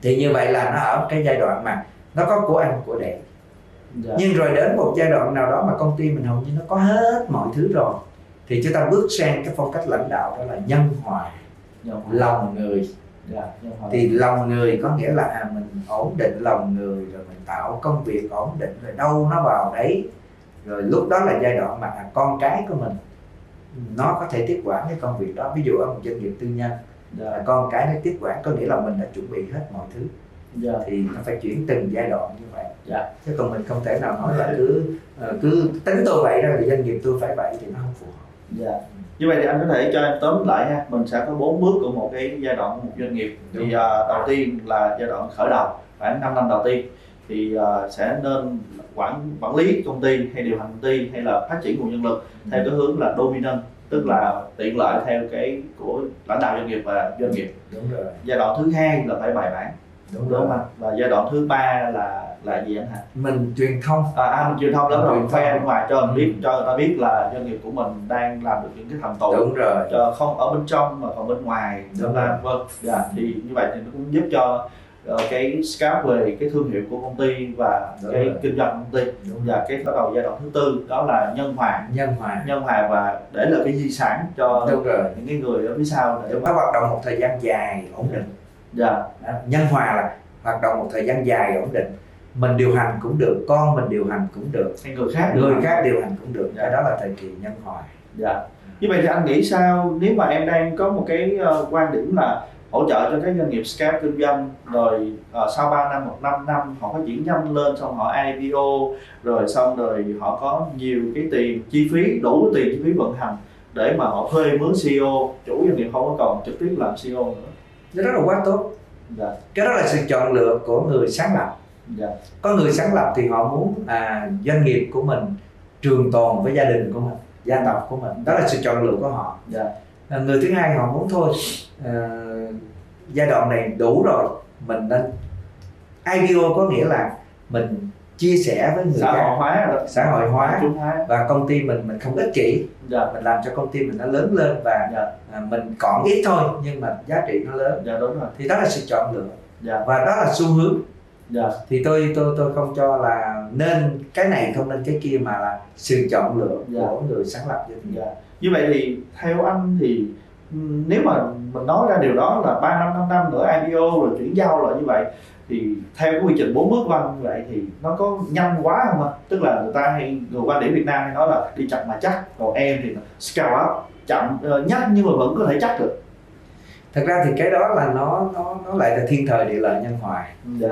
Speaker 2: thì như vậy là nó ở cái giai đoạn mà nó có của anh của đệ
Speaker 1: dạ
Speaker 2: nhưng rồi đến một giai đoạn nào đó mà công ty mình hầu như nó có hết mọi thứ rồi thì chúng ta bước sang cái phong cách lãnh đạo đó là nhân hòa
Speaker 1: dạ
Speaker 2: lòng người
Speaker 1: dạ nhưng mà-
Speaker 2: thì lòng người có nghĩa là à, mình ổn định lòng người rồi mình tạo công việc ổn định rồi đâu nó vào đấy rồi lúc đó là giai đoạn mà à, con cái của mình nó có thể tiếp quản cái công việc đó ví dụ ở một doanh nghiệp tư nhân
Speaker 1: dạ
Speaker 2: là con cái nó tiếp quản có nghĩa là mình đã chuẩn bị hết mọi thứ
Speaker 1: dạ
Speaker 2: thì nó phải chuyển từng giai đoạn như vậy
Speaker 1: Dạ.
Speaker 2: chứ còn mình không thể nào nói là cứ ờ, cứ tính tôi vậy rồi doanh nghiệp tôi phải vậy thì nó không phù hợp
Speaker 1: dạ như vậy thì anh có thể cho em tóm lại ha mình sẽ có bốn bước của một cái giai đoạn của một doanh nghiệp thì
Speaker 2: Đúng.
Speaker 1: à, đầu tiên là giai đoạn khởi đầu khoảng 5 năm đầu tiên thì à, sẽ nên quản quản lý công ty hay điều hành công ty hay là phát triển nguồn nhân lực theo cái hướng là dominant tức là tiện lợi theo cái của lãnh đạo doanh nghiệp và doanh nghiệp
Speaker 2: đúng rồi
Speaker 1: giai đoạn thứ hai là phải bài bản
Speaker 2: đúng
Speaker 1: đúng không
Speaker 2: rồi
Speaker 1: anh và giai đoạn thứ ba là là gì anh hả
Speaker 2: mình truyền thông
Speaker 1: à, anh truyền thông lắm rồi
Speaker 2: Truyền
Speaker 1: khoe
Speaker 2: thông.
Speaker 1: bên ngoài cho mình biết
Speaker 2: Ừ.
Speaker 1: cho người ta biết là doanh nghiệp của mình đang làm được những cái thành tựu
Speaker 2: đúng rồi
Speaker 1: Ờ, không ở bên trong mà còn bên ngoài
Speaker 2: Đúng
Speaker 1: là vâng dạ thì như vậy thì nó cũng giúp cho ờ, cái scout về cái thương hiệu của công ty và
Speaker 2: Đúng
Speaker 1: cái
Speaker 2: rồi.
Speaker 1: kinh doanh công ty
Speaker 2: đúng rồi
Speaker 1: và cái bắt đầu giai đoạn thứ tư đó là nhân hòa
Speaker 2: nhân hòa
Speaker 1: nhân hòa và để là cái di sản cho
Speaker 2: đúng rồi
Speaker 1: những cái người ở phía sau để
Speaker 2: chúng
Speaker 1: mà
Speaker 2: ta hoạt động một thời gian dài ổn định
Speaker 1: dạ
Speaker 2: Đó, nhân hòa là hoạt động một thời gian dài ổn định mình điều hành cũng được con mình điều hành cũng được
Speaker 1: hay người khác
Speaker 2: người
Speaker 1: nữa.
Speaker 2: khác điều hành cũng được
Speaker 1: Dạ.
Speaker 2: cái đó là thời kỳ nhân hòa
Speaker 1: dạ như vậy thì anh nghĩ sao nếu mà em đang có một cái ờ, quan điểm là hỗ trợ cho các doanh nghiệp scale kinh doanh rồi ờ, sau 3 năm hoặc 5 năm họ phát triển nhanh lên xong họ IPO rồi xong rồi họ có nhiều cái tiền chi phí đủ tiền chi phí vận hành để mà họ thuê mướn CEO chủ doanh nghiệp không có còn trực tiếp làm CEO nữa
Speaker 2: cái đó là quá tốt
Speaker 1: dạ
Speaker 2: cái đó là sự chọn lựa của người sáng lập
Speaker 1: dạ
Speaker 2: có người sáng lập thì họ muốn à, doanh nghiệp của mình trường tồn với gia đình của mình gia tộc của mình đó là sự chọn lựa của họ
Speaker 1: Dạ.
Speaker 2: à, người thứ hai họ muốn thôi à, giai đoạn này đủ rồi mình nên IPO có nghĩa là mình chia sẻ với người
Speaker 1: xã
Speaker 2: khác
Speaker 1: hội hóa rồi đó.
Speaker 2: Dạ. xã hội hóa
Speaker 1: chúng hóa
Speaker 2: và công ty mình mình không ích kỷ
Speaker 1: dạ
Speaker 2: mình làm cho công ty mình nó lớn lên và
Speaker 1: Dạ.
Speaker 2: à, mình còn ít thôi nhưng mà giá trị nó lớn
Speaker 1: dạ đúng rồi
Speaker 2: thì đó là sự chọn lựa
Speaker 1: Dạ.
Speaker 2: và đó là xu hướng
Speaker 1: dạ
Speaker 2: thì tôi tôi tôi không cho là nên cái này không nên cái kia mà là sự chọn lựa
Speaker 1: Dạ.
Speaker 2: của người sáng lập doanh nghiệp
Speaker 1: Dạ. Như vậy thì theo anh thì ừm, nếu mà mình nói ra điều đó là 3 năm 5 năm nữa IPO rồi chuyển giao lại như vậy thì theo cái quy trình bốn bước của anh như vậy thì nó có nhanh quá không ạ? Tức là người ta hay người quan điểm Việt Nam hay nói là đi chậm mà chắc, còn em thì scale up chậm ờ, nhanh nhưng mà vẫn có thể chắc được.
Speaker 2: thật ra thì cái đó là nó nó nó lại là thiên thời địa lợi nhân hòa
Speaker 1: Dạ,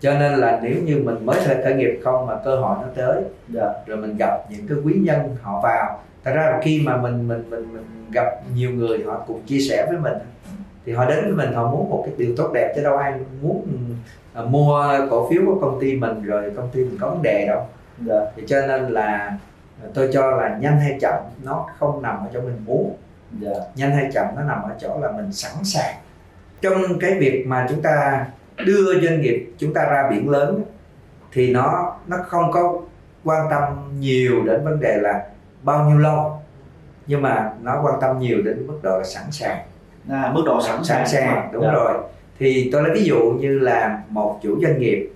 Speaker 2: cho nên là nếu như mình mới khởi- khởi nghiệp không mà cơ hội nó tới
Speaker 1: dạ,
Speaker 2: rồi mình gặp những cái quý nhân họ vào thật ra là khi mà mình mình mình mình gặp nhiều người họ cùng chia sẻ với mình thì họ đến với mình họ muốn một cái điều tốt đẹp chứ đâu ai muốn ừ, mua cổ phiếu của công ty mình rồi công ty mình có vấn đề đâu
Speaker 1: dạ,
Speaker 2: thì cho nên là à, tôi cho là nhanh hay chậm nó không nằm ở chỗ mình muốn
Speaker 1: dạ,
Speaker 2: nhanh hay chậm nó nằm ở chỗ là mình sẵn sàng trong cái việc mà chúng ta đưa doanh nghiệp chúng ta ra biển lớn thì nó nó không có quan tâm nhiều đến vấn đề là bao nhiêu lâu nhưng mà nó quan tâm nhiều đến mức độ là sẵn sàng
Speaker 1: à, mức độ sẵn sàng.
Speaker 2: đúng
Speaker 1: dạ.
Speaker 2: rồi thì tôi lấy ví dụ như là một chủ doanh nghiệp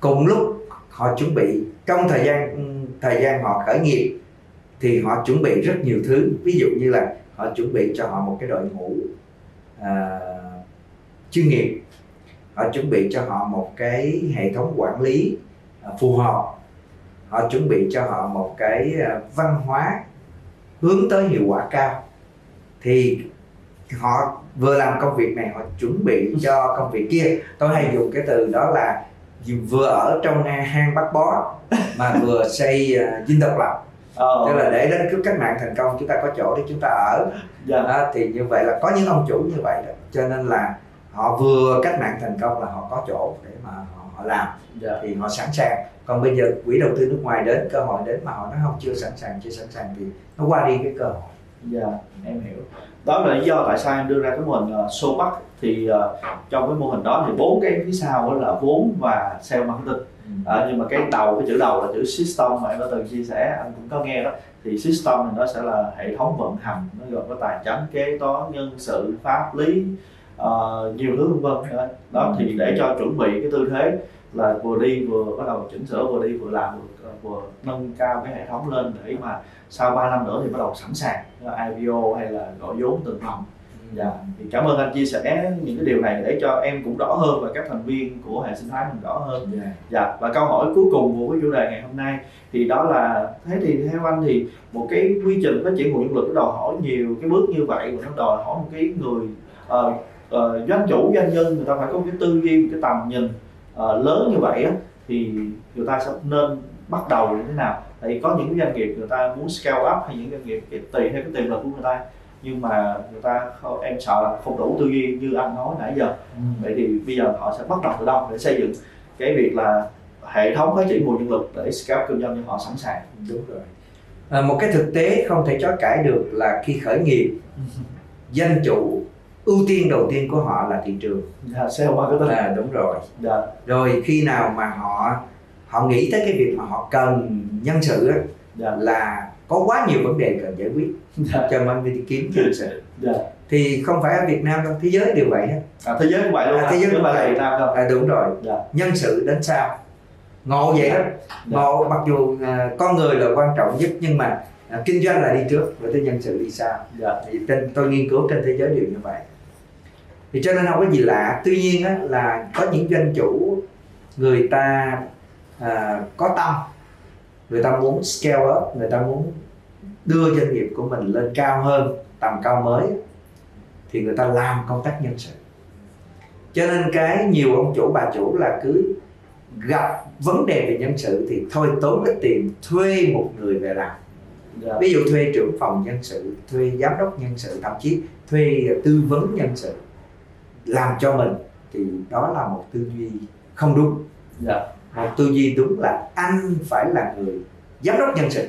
Speaker 2: cùng lúc họ chuẩn bị trong thời gian ừ, thời gian họ khởi nghiệp thì họ chuẩn bị rất nhiều thứ ví dụ như là họ chuẩn bị cho họ một cái đội ngũ à, chuyên nghiệp họ chuẩn bị cho họ một cái hệ thống quản lý à, phù hợp họ chuẩn bị cho họ một cái à, văn hóa hướng tới hiệu quả cao thì họ vừa làm công việc này họ chuẩn bị cho công việc kia tôi hay dùng cái từ đó là
Speaker 1: *laughs*
Speaker 2: vừa ở trong hang bắt bó mà vừa xây à, dinh độc lập
Speaker 1: ờ,
Speaker 2: tức là để đến cướp cách mạng thành công chúng ta có chỗ để chúng ta ở
Speaker 1: dạ
Speaker 2: Đó, thì như vậy là có những ông chủ như vậy đó cho nên là họ vừa cách mạng thành công là họ có chỗ để mà họ, họ làm
Speaker 1: dạ
Speaker 2: thì họ sẵn sàng còn bây giờ quỹ đầu tư nước ngoài đến cơ hội đến mà họ nói không chưa sẵn sàng chưa sẵn sàng thì nó qua đi cái cơ hội
Speaker 1: dạ em hiểu đó là lý do tại sao em đưa ra cái mô hình uh, show bắc thì ờ, trong cái mô hình đó thì bốn cái phía sau đó là vốn và sale marketing
Speaker 2: Ừ.
Speaker 1: Ờ, nhưng mà cái đầu cái chữ đầu là chữ system mà em đã từng chia sẻ anh cũng có nghe đó thì system thì nó sẽ là hệ thống vận hành nó gồm có tài chính kế toán nhân sự pháp lý ờ, nhiều thứ vân vân đó. đó thì để cho chuẩn bị cái tư thế là vừa đi vừa bắt đầu chỉnh sửa vừa đi vừa làm vừa, vừa nâng cao cái hệ thống lên để mà sau 3 năm nữa thì bắt đầu sẵn sàng ờ, IPO hay là gọi vốn từng phòng Dạ, thì cảm ơn anh chia sẻ những cái điều này để cho em cũng rõ hơn và các thành viên của hệ sinh thái mình rõ hơn
Speaker 2: Dạ.
Speaker 1: Dạ, và câu hỏi cuối cùng của cái chủ đề ngày hôm nay thì đó là thế thì theo anh thì một cái quy trình phát triển nguồn nhân lực nó đòi hỏi nhiều cái bước như vậy và nó đòi hỏi một cái người ờ, ờ, doanh chủ doanh nhân người ta phải có một cái tư duy một cái tầm nhìn ờ, lớn như vậy á thì người ta sẽ nên bắt đầu như thế nào tại vì có những cái doanh nghiệp người ta muốn scale up hay những doanh nghiệp thì tùy theo cái tiềm lực của người ta nhưng mà người ta không- em sợ là không đủ tư duy như anh nói nãy giờ vậy thì bây giờ họ sẽ bắt đầu từ đâu để xây dựng cái việc là hệ thống phát triển nguồn nhân lực để scale kinh doanh cho họ sẵn sàng
Speaker 2: đúng rồi à, một cái thực tế không thể chối cãi được là khi khởi nghiệp dân chủ ưu tiên đầu tiên của họ là thị trường
Speaker 1: dạ sale marketing
Speaker 2: là đúng rồi
Speaker 1: dạ
Speaker 2: rồi khi nào mà họ họ nghĩ tới cái việc mà họ cần nhân sự á,
Speaker 1: dạ
Speaker 2: là có quá nhiều vấn đề cần giải quyết
Speaker 1: dạ
Speaker 2: cho nên mới đi kiếm nhân sự
Speaker 1: Dạ.
Speaker 2: thì không phải ở Việt Nam đâu thế giới đều vậy hết
Speaker 1: à, thế giới cũng vậy luôn
Speaker 2: À,
Speaker 1: à,
Speaker 2: thế giới
Speaker 1: chứ
Speaker 2: cũng
Speaker 1: mà
Speaker 2: vậy.
Speaker 1: Việt Nam đâu
Speaker 2: à, đúng rồi
Speaker 1: Dạ.
Speaker 2: nhân sự đến sau ngộ vậy đó ngộ mặc dù à, con người là quan trọng nhất nhưng mà à, kinh doanh là đi trước và tới nhân sự đi sau
Speaker 1: dạ
Speaker 2: thì trên, tôi nghiên cứu trên thế giới đều như vậy thì cho nên không có gì lạ tuy nhiên á, là có những doanh chủ người ta à, có tâm người ta muốn scale up người ta muốn đưa doanh nghiệp của mình lên cao hơn tầm cao mới thì người ta làm công tác nhân sự cho nên cái nhiều ông chủ bà chủ là cứ gặp vấn đề về nhân sự thì thôi tốn ít tiền thuê một người về làm
Speaker 1: dạ
Speaker 2: ví dụ thuê trưởng phòng nhân sự thuê giám đốc nhân sự thậm chí thuê tư vấn nhân sự làm cho mình thì đó là một tư duy không đúng
Speaker 1: dạ
Speaker 2: một tư duy đúng là anh phải là người giám đốc nhân sự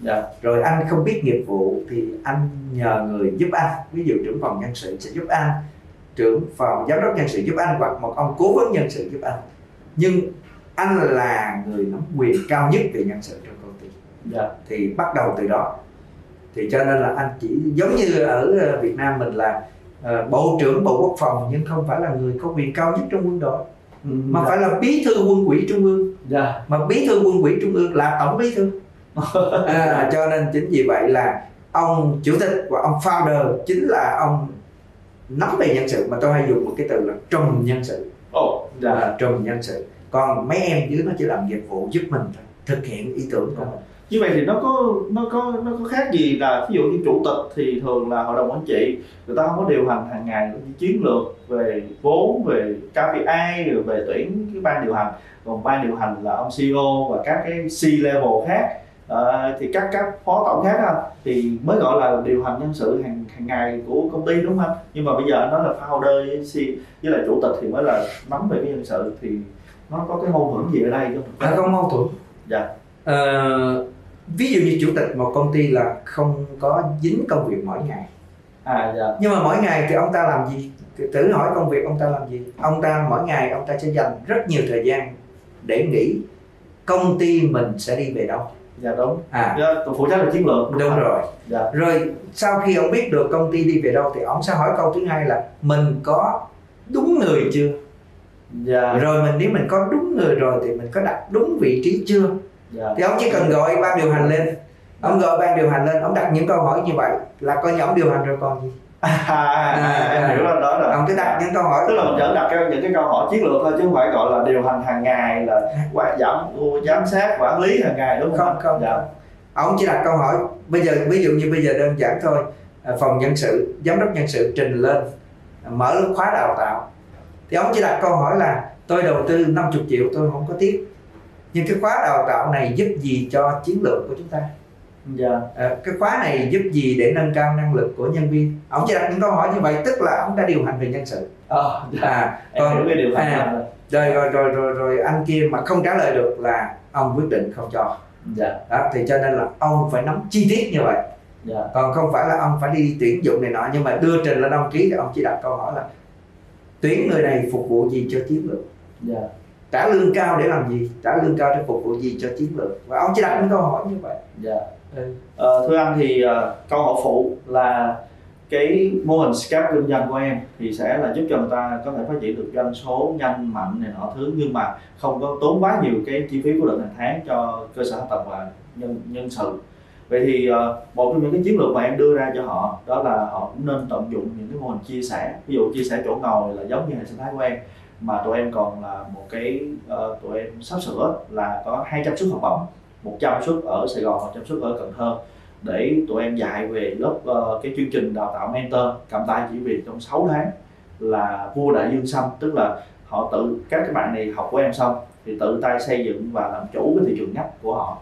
Speaker 1: Dạ.
Speaker 2: rồi anh không biết nghiệp vụ thì anh nhờ người giúp anh ví dụ trưởng phòng nhân sự sẽ giúp anh trưởng phòng giám đốc nhân sự giúp anh hoặc một ông cố vấn nhân sự giúp anh nhưng anh là người nắm quyền cao nhất về nhân sự trong công ty
Speaker 1: dạ
Speaker 2: thì bắt đầu từ đó thì cho nên là anh chỉ giống như ở ờ, Việt Nam mình là ờ, bộ trưởng bộ quốc phòng nhưng không phải là người có quyền cao nhất trong quân đội mà
Speaker 1: dạ
Speaker 2: phải là bí thư quân ủy trung ương
Speaker 1: dạ
Speaker 2: mà bí thư quân ủy trung ương là tổng bí thư à, cho nên chính vì vậy là ông chủ tịch và ông founder chính là ông nắm về nhân sự mà tôi hay dùng một cái từ là trùm nhân sự
Speaker 1: ồ dạ
Speaker 2: là trùm nhân sự còn mấy em dưới nó chỉ làm nghiệp vụ giúp mình thôi, thực hiện ý tưởng của mình
Speaker 1: như vậy thì nó có nó có nó có khác gì là ví dụ như chủ tịch thì thường là hội đồng quản trị người ta không có điều hành hàng ngày những chiến lược về vốn về KPI rồi về tuyển cái ban điều hành còn ban điều hành là ông CEO và các cái C level khác Ờ, thì các các phó tổng khác á, thì mới gọi là điều hành nhân sự hàng hàng ngày của công ty đúng không anh nhưng mà bây giờ anh nói là founder với, C, với lại chủ tịch thì mới là nắm về cái nhân sự thì nó có cái mâu thuẫn gì ở đây không
Speaker 2: nó À, không mâu thuẫn
Speaker 1: Dạ.
Speaker 2: Ờ, ví dụ như chủ tịch một công ty là không có dính công việc mỗi ngày
Speaker 1: à dạ
Speaker 2: nhưng mà mỗi ngày thì ông ta làm gì Thì thử hỏi công việc ông ta làm gì ông ta mỗi ngày ông ta sẽ dành rất nhiều thời gian để nghĩ công ty mình sẽ đi về đâu
Speaker 1: dạ đúng
Speaker 2: à
Speaker 1: Dạ, tôi phụ trách về chiến lược
Speaker 2: đúng
Speaker 1: không?
Speaker 2: rồi
Speaker 1: Dạ.
Speaker 2: rồi sau khi ông biết được công ty đi về đâu thì ông sẽ hỏi câu thứ hai là mình có đúng người chưa
Speaker 1: Dạ,
Speaker 2: rồi mình nếu mình có đúng người rồi thì mình có đặt đúng vị trí chưa
Speaker 1: dạ,
Speaker 2: thì ông chỉ cần gọi ban điều hành lên ông gọi ban điều hành lên ông đặt những câu hỏi như vậy là coi như ông điều hành rồi còn gì
Speaker 1: à, em hiểu là đó là
Speaker 2: ông cứ đặt những câu hỏi
Speaker 1: tức là mình vẫn đặt cái, những cái câu hỏi chiến lược thôi chứ không phải gọi là điều hành hàng ngày là qua giám giám sát quản lý hàng ngày đúng không?
Speaker 2: Không, không.
Speaker 1: Dạ,
Speaker 2: ông chỉ đặt câu hỏi bây giờ ví dụ như bây giờ đơn giản thôi à, phòng nhân sự giám đốc nhân sự trình lên à, mở khóa đào tạo thì ông chỉ đặt câu hỏi là tôi đầu tư 50 triệu tôi không có tiếc nhưng cái khóa đào tạo này giúp gì cho chiến lược của chúng ta
Speaker 1: dạ
Speaker 2: Ờ, cái khóa này giúp gì để nâng cao năng lực của nhân viên ông chỉ đặt những câu hỏi như vậy tức là ông đã điều hành về nhân sự
Speaker 1: Ờ, dạ.
Speaker 2: à
Speaker 1: em hiểu cái điều
Speaker 2: à,
Speaker 1: này là-
Speaker 2: rồi rồi rồi rồi rồi anh kia mà không trả lời được là ông quyết định không cho
Speaker 1: dạ
Speaker 2: đó thì cho nên là ông phải nắm chi tiết như vậy
Speaker 1: dạ
Speaker 2: còn không phải là ông phải đi tuyển dụng này nọ nhưng mà đưa trình lên ông ký thì ông chỉ đặt câu hỏi là tuyển người này phục vụ gì cho chiến lược
Speaker 1: dạ
Speaker 2: trả lương cao để làm gì trả lương cao để phục vụ gì cho chiến lược và ông chỉ đặt những câu hỏi như vậy
Speaker 1: dạ
Speaker 2: Ừ.
Speaker 1: Ờ, thưa anh thì ờ, câu hỏi phụ là cái mô hình scale kinh doanh của em thì sẽ là giúp cho người ta có thể phát triển được doanh số nhanh mạnh này nọ thứ nhưng mà không có tốn quá nhiều cái chi phí của định hàng tháng cho cơ sở hạ tầng và nhân nhân sự vậy thì ờ, một trong những cái chiến lược mà em đưa ra cho họ đó là họ cũng nên tận dụng những cái mô hình chia sẻ ví dụ chia sẻ chỗ ngồi là giống như hệ sinh thái của em mà tụi em còn là một cái ờ, tụi em sắp sửa là có 200 suất học bổng 100 suất ở Sài Gòn 100 suất ở Cần Thơ để tụi em dạy về lớp ờ, cái chương trình đào tạo mentor cầm tay chỉ việc trong 6 tháng là vua đại dương xanh tức là họ tự các cái bạn này học của em xong thì tự tay xây dựng và làm chủ cái thị trường ngách của họ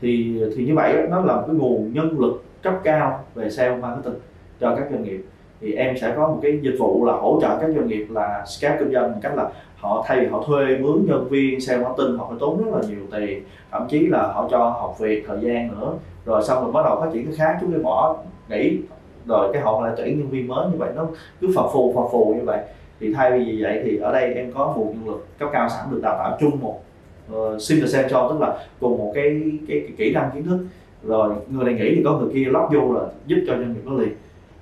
Speaker 1: thì thì như vậy á, nó là một cái nguồn nhân lực cấp cao về sale marketing cho các doanh nghiệp thì em sẽ có một cái dịch vụ là hỗ trợ các doanh nghiệp là scale kinh doanh bằng cách là họ thay vì họ thuê mướn nhân viên sale marketing họ phải tốn rất là nhiều tiền thậm chí là họ cho học việc thời gian nữa rồi xong rồi bắt đầu phát triển cái khác chúng cái bỏ nghỉ rồi cái họ lại tuyển nhân viên mới như vậy nó cứ phập phù phập phù như vậy thì thay vì như vậy thì ở đây em có nguồn nhân lực cấp cao sẵn được đào tạo chung một uh, single central tức là cùng một cái, cái, cái kỹ năng kiến thức rồi người này nghĩ thì có người kia lóc vô là giúp cho doanh nghiệp nó liền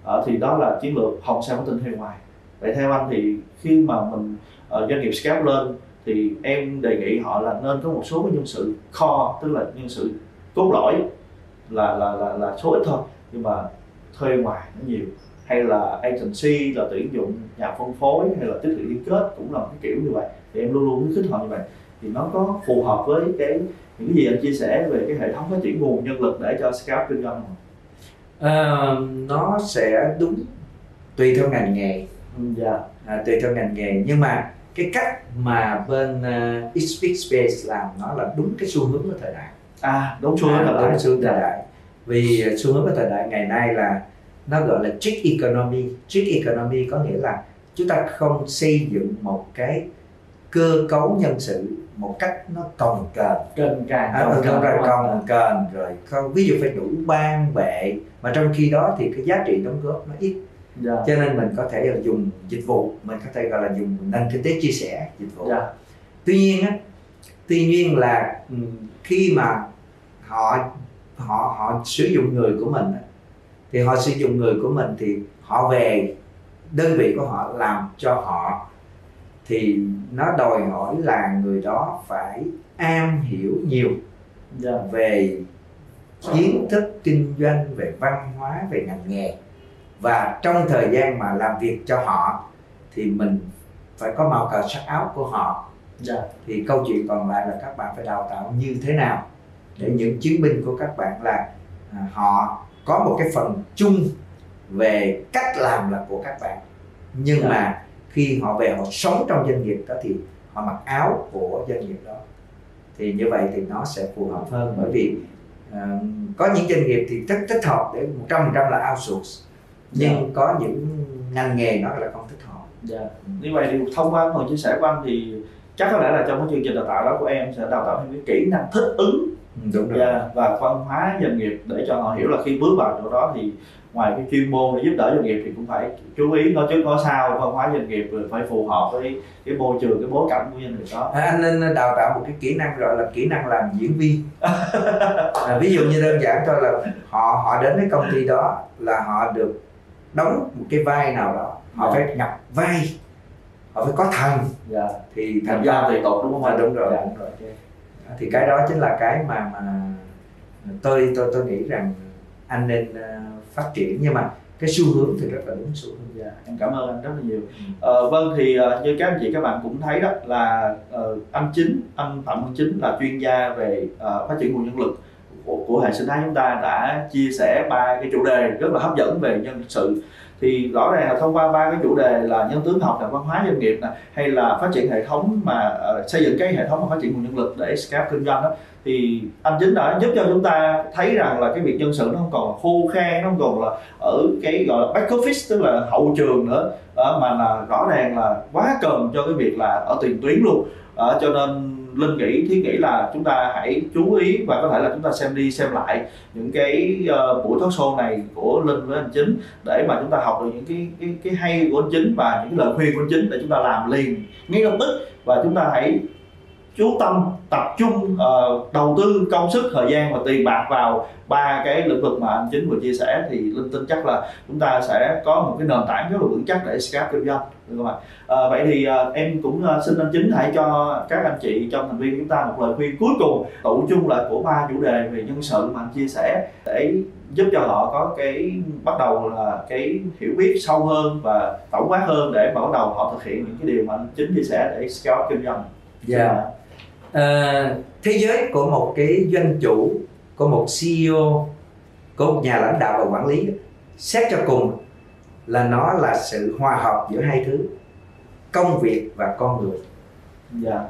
Speaker 1: Ờ, thì đó là chiến lược hồng sao có tin hay ngoài vậy theo anh thì khi mà mình ờ, doanh nghiệp scale lên thì em đề nghị họ là nên có một số cái nhân sự kho tức là nhân sự cốt lõi là là là là số ít thôi nhưng mà thuê ngoài nó nhiều hay là agency là tuyển dụng nhà phân phối hay là tiếp thị liên kết cũng là một cái kiểu như vậy thì em luôn luôn khuyến khích họ như vậy thì nó có phù hợp với cái những cái gì anh chia sẻ về cái hệ thống phát triển nguồn nhân lực để cho scout kinh doanh không?
Speaker 2: Ờ, nó sẽ đúng tùy theo ngành nghề
Speaker 1: Dạ,
Speaker 2: à, tùy theo ngành nghề nhưng mà cái cách mà bên uh, Xpeak Space làm nó là đúng cái xu hướng của thời đại
Speaker 1: à đúng xu hướng
Speaker 2: À,
Speaker 1: là
Speaker 2: đúng
Speaker 1: lãi
Speaker 2: cái xu hướng thời đại vì xu hướng của thời đại ngày nay là nó gọi là trick economy trick economy có nghĩa là chúng ta không xây dựng một cái cơ cấu nhân sự một cách nó cồng kềnh
Speaker 1: kênh càng
Speaker 2: À, ừ, đúng rồi cồng kềnh rồi không ví dụ phải đủ ban vệ mà trong khi đó thì cái giá trị đóng góp nó ít
Speaker 1: dạ
Speaker 2: cho nên mình có thể là dùng dịch vụ mình có thể gọi là dùng nền kinh tế chia sẻ dịch vụ
Speaker 1: dạ
Speaker 2: tuy nhiên á tuy nhiên là ừ, khi mà họ họ họ sử dụng người của mình á, thì họ sử dụng người của mình thì họ về đơn vị của họ làm cho họ thì nó đòi hỏi là người đó phải am hiểu nhiều
Speaker 1: dạ
Speaker 2: về kiến thức kinh doanh về văn hóa về ngành nghề và trong thời gian mà làm việc cho họ thì mình phải có màu cờ sắc áo của họ
Speaker 1: dạ
Speaker 2: thì câu chuyện còn lại là các bạn phải đào tạo như thế nào để những chiến binh của các bạn là à, họ có một cái phần chung về cách làm là của các bạn nhưng
Speaker 1: Dạ.
Speaker 2: mà khi họ về họ sống trong doanh nghiệp đó thì họ mặc áo của doanh nghiệp đó thì như vậy thì nó sẽ phù hợp
Speaker 1: Vâng,
Speaker 2: hơn bởi vì à, có những doanh nghiệp thì rất thích hợp để 100% là outsource nhưng
Speaker 1: Dạ.
Speaker 2: có những ngành nghề nó là không thích hợp
Speaker 1: dạ như vậy thì thông qua phần chia sẻ của anh thì chắc có lẽ là trong cái chương trình đào tạo đó của em sẽ đào tạo thêm cái kỹ năng thích ứng
Speaker 2: ừ, đúng
Speaker 1: Dạ, và văn hóa doanh nghiệp để cho họ hiểu là khi bước vào chỗ đó thì ngoài cái chuyên môn để giúp đỡ doanh nghiệp thì cũng phải chú ý nói trước nói sau văn hóa doanh nghiệp rồi phải phù hợp với cái môi trường cái bối cảnh của doanh nghiệp đó
Speaker 2: À, anh nên đào tạo một cái kỹ năng gọi là kỹ năng làm diễn
Speaker 1: *laughs*
Speaker 2: viên à, ví dụ như đơn giản thôi là họ họ đến cái công ty đó là họ được đóng một cái vai nào đó họ
Speaker 1: Dạ.
Speaker 2: phải nhập vai họ phải có thần
Speaker 1: dạ
Speaker 2: thì
Speaker 1: tham gia thì tốt đúng không
Speaker 2: à,
Speaker 1: anh
Speaker 2: đúng rồi
Speaker 1: dạ.
Speaker 2: đúng rồi thì cái đó chính là cái mà mà tôi tôi tôi nghĩ rằng anh nên ờ, phát triển nhưng mà cái xu hướng thì rất là đúng xu hướng
Speaker 1: Dạ, em cảm ơn anh rất là nhiều. Ờ, vâng thì ờ, như các anh chị các bạn cũng thấy đó là ờ, anh chính anh Phạm Văn Chính là chuyên gia về ờ, phát triển nguồn nhân lực của, của hệ sinh thái chúng ta đã chia sẻ ba cái chủ đề rất là hấp dẫn về nhân sự. thì rõ ràng là thông qua ba cái chủ đề là nhân tướng học là văn hóa doanh nghiệp nè hay là phát triển hệ thống mà ờ, xây dựng cái hệ thống mà phát triển nguồn nhân lực để scale kinh doanh đó thì anh chính đã giúp cho chúng ta thấy rằng là cái việc nhân sự nó không còn khô khan nó không còn là ở cái gọi là back office tức là hậu trường nữa ờ, mà là rõ ràng là quá cần cho cái việc là ở tiền tuyến luôn Ờ, cho nên linh nghĩ thiết nghĩ là chúng ta hãy chú ý và có thể là chúng ta xem đi xem lại những cái ờ, buổi talk show này của linh với anh chính để mà chúng ta học được những cái cái cái hay của anh chính và những cái lời khuyên của anh chính để chúng ta làm liền ngay lập tức và chúng ta hãy chú tâm tập trung ờ, đầu tư công sức thời gian và tiền bạc vào ba cái lĩnh vực mà anh chính vừa chia sẻ thì linh tin chắc là chúng ta sẽ có một cái nền tảng rất là vững chắc để scale kinh doanh được không ạ Ờ, vậy thì ờ, em cũng ờ, xin anh chính hãy cho các anh chị trong thành viên của chúng ta một lời khuyên cuối cùng tụ chung lại của ba chủ đề về nhân sự mà anh chia sẻ để giúp cho họ có cái bắt đầu là cái hiểu biết sâu hơn và tổng quát hơn để mà bắt đầu họ thực hiện những cái điều mà anh chính chia sẻ để scale up kinh doanh
Speaker 2: Dạ. Ờ, thế giới của một cái doanh chủ của một CEO của một nhà lãnh đạo và quản lý xét cho cùng là nó là sự hòa hợp giữa hai thứ công việc và con người
Speaker 1: dạ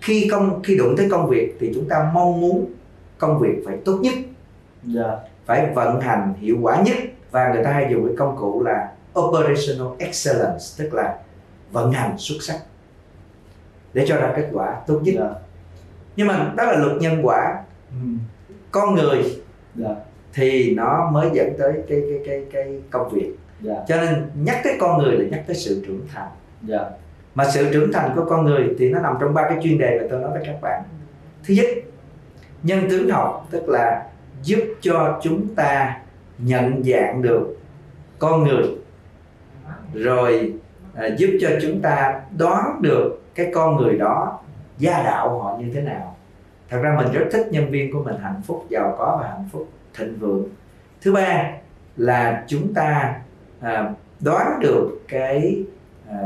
Speaker 2: khi công khi đụng tới công việc thì chúng ta mong muốn công việc phải tốt nhất
Speaker 1: dạ
Speaker 2: phải vận hành hiệu quả nhất và người ta hay dùng cái công cụ là operational excellence tức là vận hành xuất sắc để cho ra kết quả tốt nhất
Speaker 1: dạ
Speaker 2: nhưng mà đó là luật nhân quả
Speaker 1: Ừ,
Speaker 2: con người
Speaker 1: Dạ.
Speaker 2: thì nó mới dẫn tới cái cái cái cái công việc
Speaker 1: dạ
Speaker 2: cho nên nhắc tới con người là nhắc tới sự trưởng thành
Speaker 1: dạ
Speaker 2: mà sự trưởng thành của con người thì nó nằm trong ba cái chuyên đề mà tôi nói với các bạn thứ nhất nhân tướng học tức là giúp cho chúng ta nhận dạng được con người rồi à, giúp cho chúng ta đoán được cái con người đó gia đạo họ như thế nào thật ra mình rất thích nhân viên của mình hạnh phúc giàu có và hạnh phúc thịnh vượng thứ ba là chúng ta à, đoán được cái à,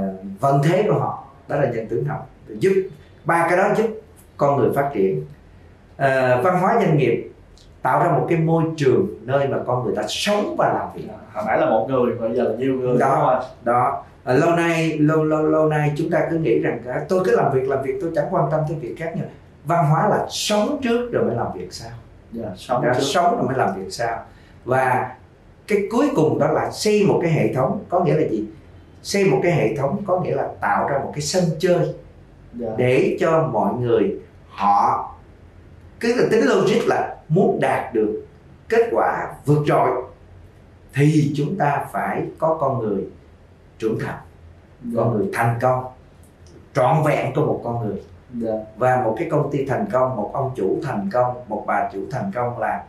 Speaker 2: vận thế của họ đó là nhân tướng học giúp ba cái đó giúp con người phát triển Ờ, văn hóa doanh nghiệp tạo ra một cái môi trường nơi mà con người ta sống và làm việc
Speaker 1: hồi nãy là một người mà giờ là nhiều người
Speaker 2: Đó.
Speaker 1: đúng không ạ?
Speaker 2: đó Ờ, lâu nay lâu lâu lâu nay chúng ta cứ nghĩ rằng à, tôi cứ làm việc làm việc tôi chẳng quan tâm tới việc khác nhưng mà văn hóa là sống trước rồi mới làm việc sau
Speaker 1: dạ sống
Speaker 2: đã
Speaker 1: trước
Speaker 2: sống rồi mới làm việc sao và cái cuối cùng đó là xây một cái hệ thống có nghĩa là gì xây một cái hệ thống có nghĩa là tạo ra một cái sân chơi
Speaker 1: dạ
Speaker 2: để cho mọi người họ cứ là tính logic là muốn đạt được kết quả vượt trội thì chúng ta phải có con người trưởng thành
Speaker 1: dạ
Speaker 2: con người thành công trọn vẹn của một con người
Speaker 1: dạ
Speaker 2: và một cái công ty thành công một ông chủ thành công một bà chủ thành công là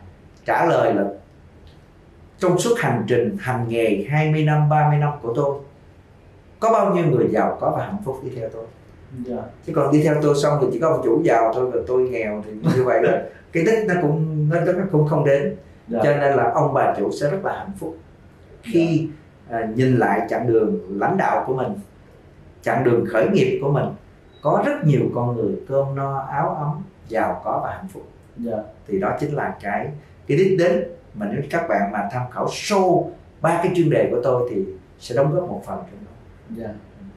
Speaker 2: trả lời là trong suốt hành trình hành nghề 20 năm 30 năm của tôi có bao nhiêu người giàu có và hạnh phúc đi theo tôi
Speaker 1: dạ
Speaker 2: chứ còn đi theo tôi xong thì chỉ có ông chủ giàu thôi và tôi nghèo thì như
Speaker 1: *laughs*
Speaker 2: vậy là cái đích nó cũng nó, nó cũng không đến
Speaker 1: Dạ.
Speaker 2: cho nên là ông bà chủ sẽ rất là hạnh phúc khi
Speaker 1: Dạ.
Speaker 2: à, nhìn lại chặng đường lãnh đạo của mình chặng đường khởi nghiệp của mình có rất nhiều con người cơm no áo ấm giàu có và hạnh phúc
Speaker 1: dạ
Speaker 2: thì đó chính là cái cái đích đến mà nếu các bạn mà tham khảo sâu ba cái chuyên đề của tôi thì sẽ đóng góp một phần trong đó
Speaker 1: Dạ,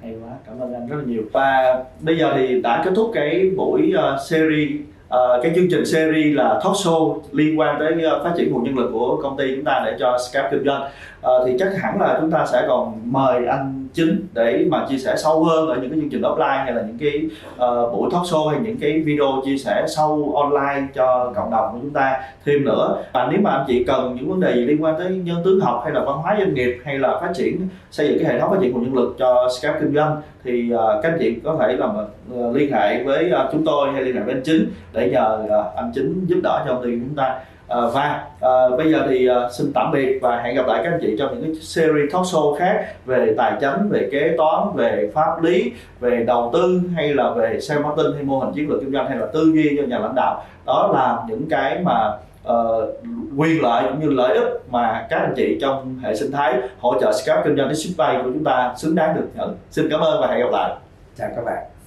Speaker 1: hay quá, cảm ơn anh rất là nhiều Và bây giờ thì đã kết thúc cái buổi ờ, series ờ, cái chương trình series là talk show liên quan tới ờ, phát triển nguồn nhân lực của công ty chúng ta để cho Scap kinh doanh Ờ, thì chắc hẳn là chúng ta sẽ còn mời anh chính để mà chia sẻ sâu hơn ở những cái chương trình offline hay là những cái ờ, buổi talk show hay những cái video chia sẻ sâu online cho cộng đồng của chúng ta thêm nữa và nếu mà anh chị cần những vấn đề gì liên quan tới nhân tướng học hay là văn hóa doanh nghiệp hay là phát triển xây dựng cái hệ thống phát triển nguồn nhân lực cho Skype kinh doanh thì ờ, các anh chị có thể là ờ, liên hệ với ờ, chúng tôi hay liên hệ với anh chính để nhờ ờ, anh chính giúp đỡ cho công ty của chúng ta Ờ, và ờ, bây giờ thì ờ, xin tạm biệt và hẹn gặp lại các anh chị trong những cái series talk show khác về tài chính, về kế toán, về pháp lý, về đầu tư hay là về sale marketing hay mô hình chiến lược kinh doanh hay là tư duy cho nhà lãnh đạo đó là những cái mà ờ, quyền lợi cũng như lợi ích mà các anh chị trong hệ sinh thái hỗ trợ scalp kinh doanh đến ship bay của chúng ta xứng đáng được nhận xin cảm ơn và hẹn gặp lại
Speaker 2: chào các bạn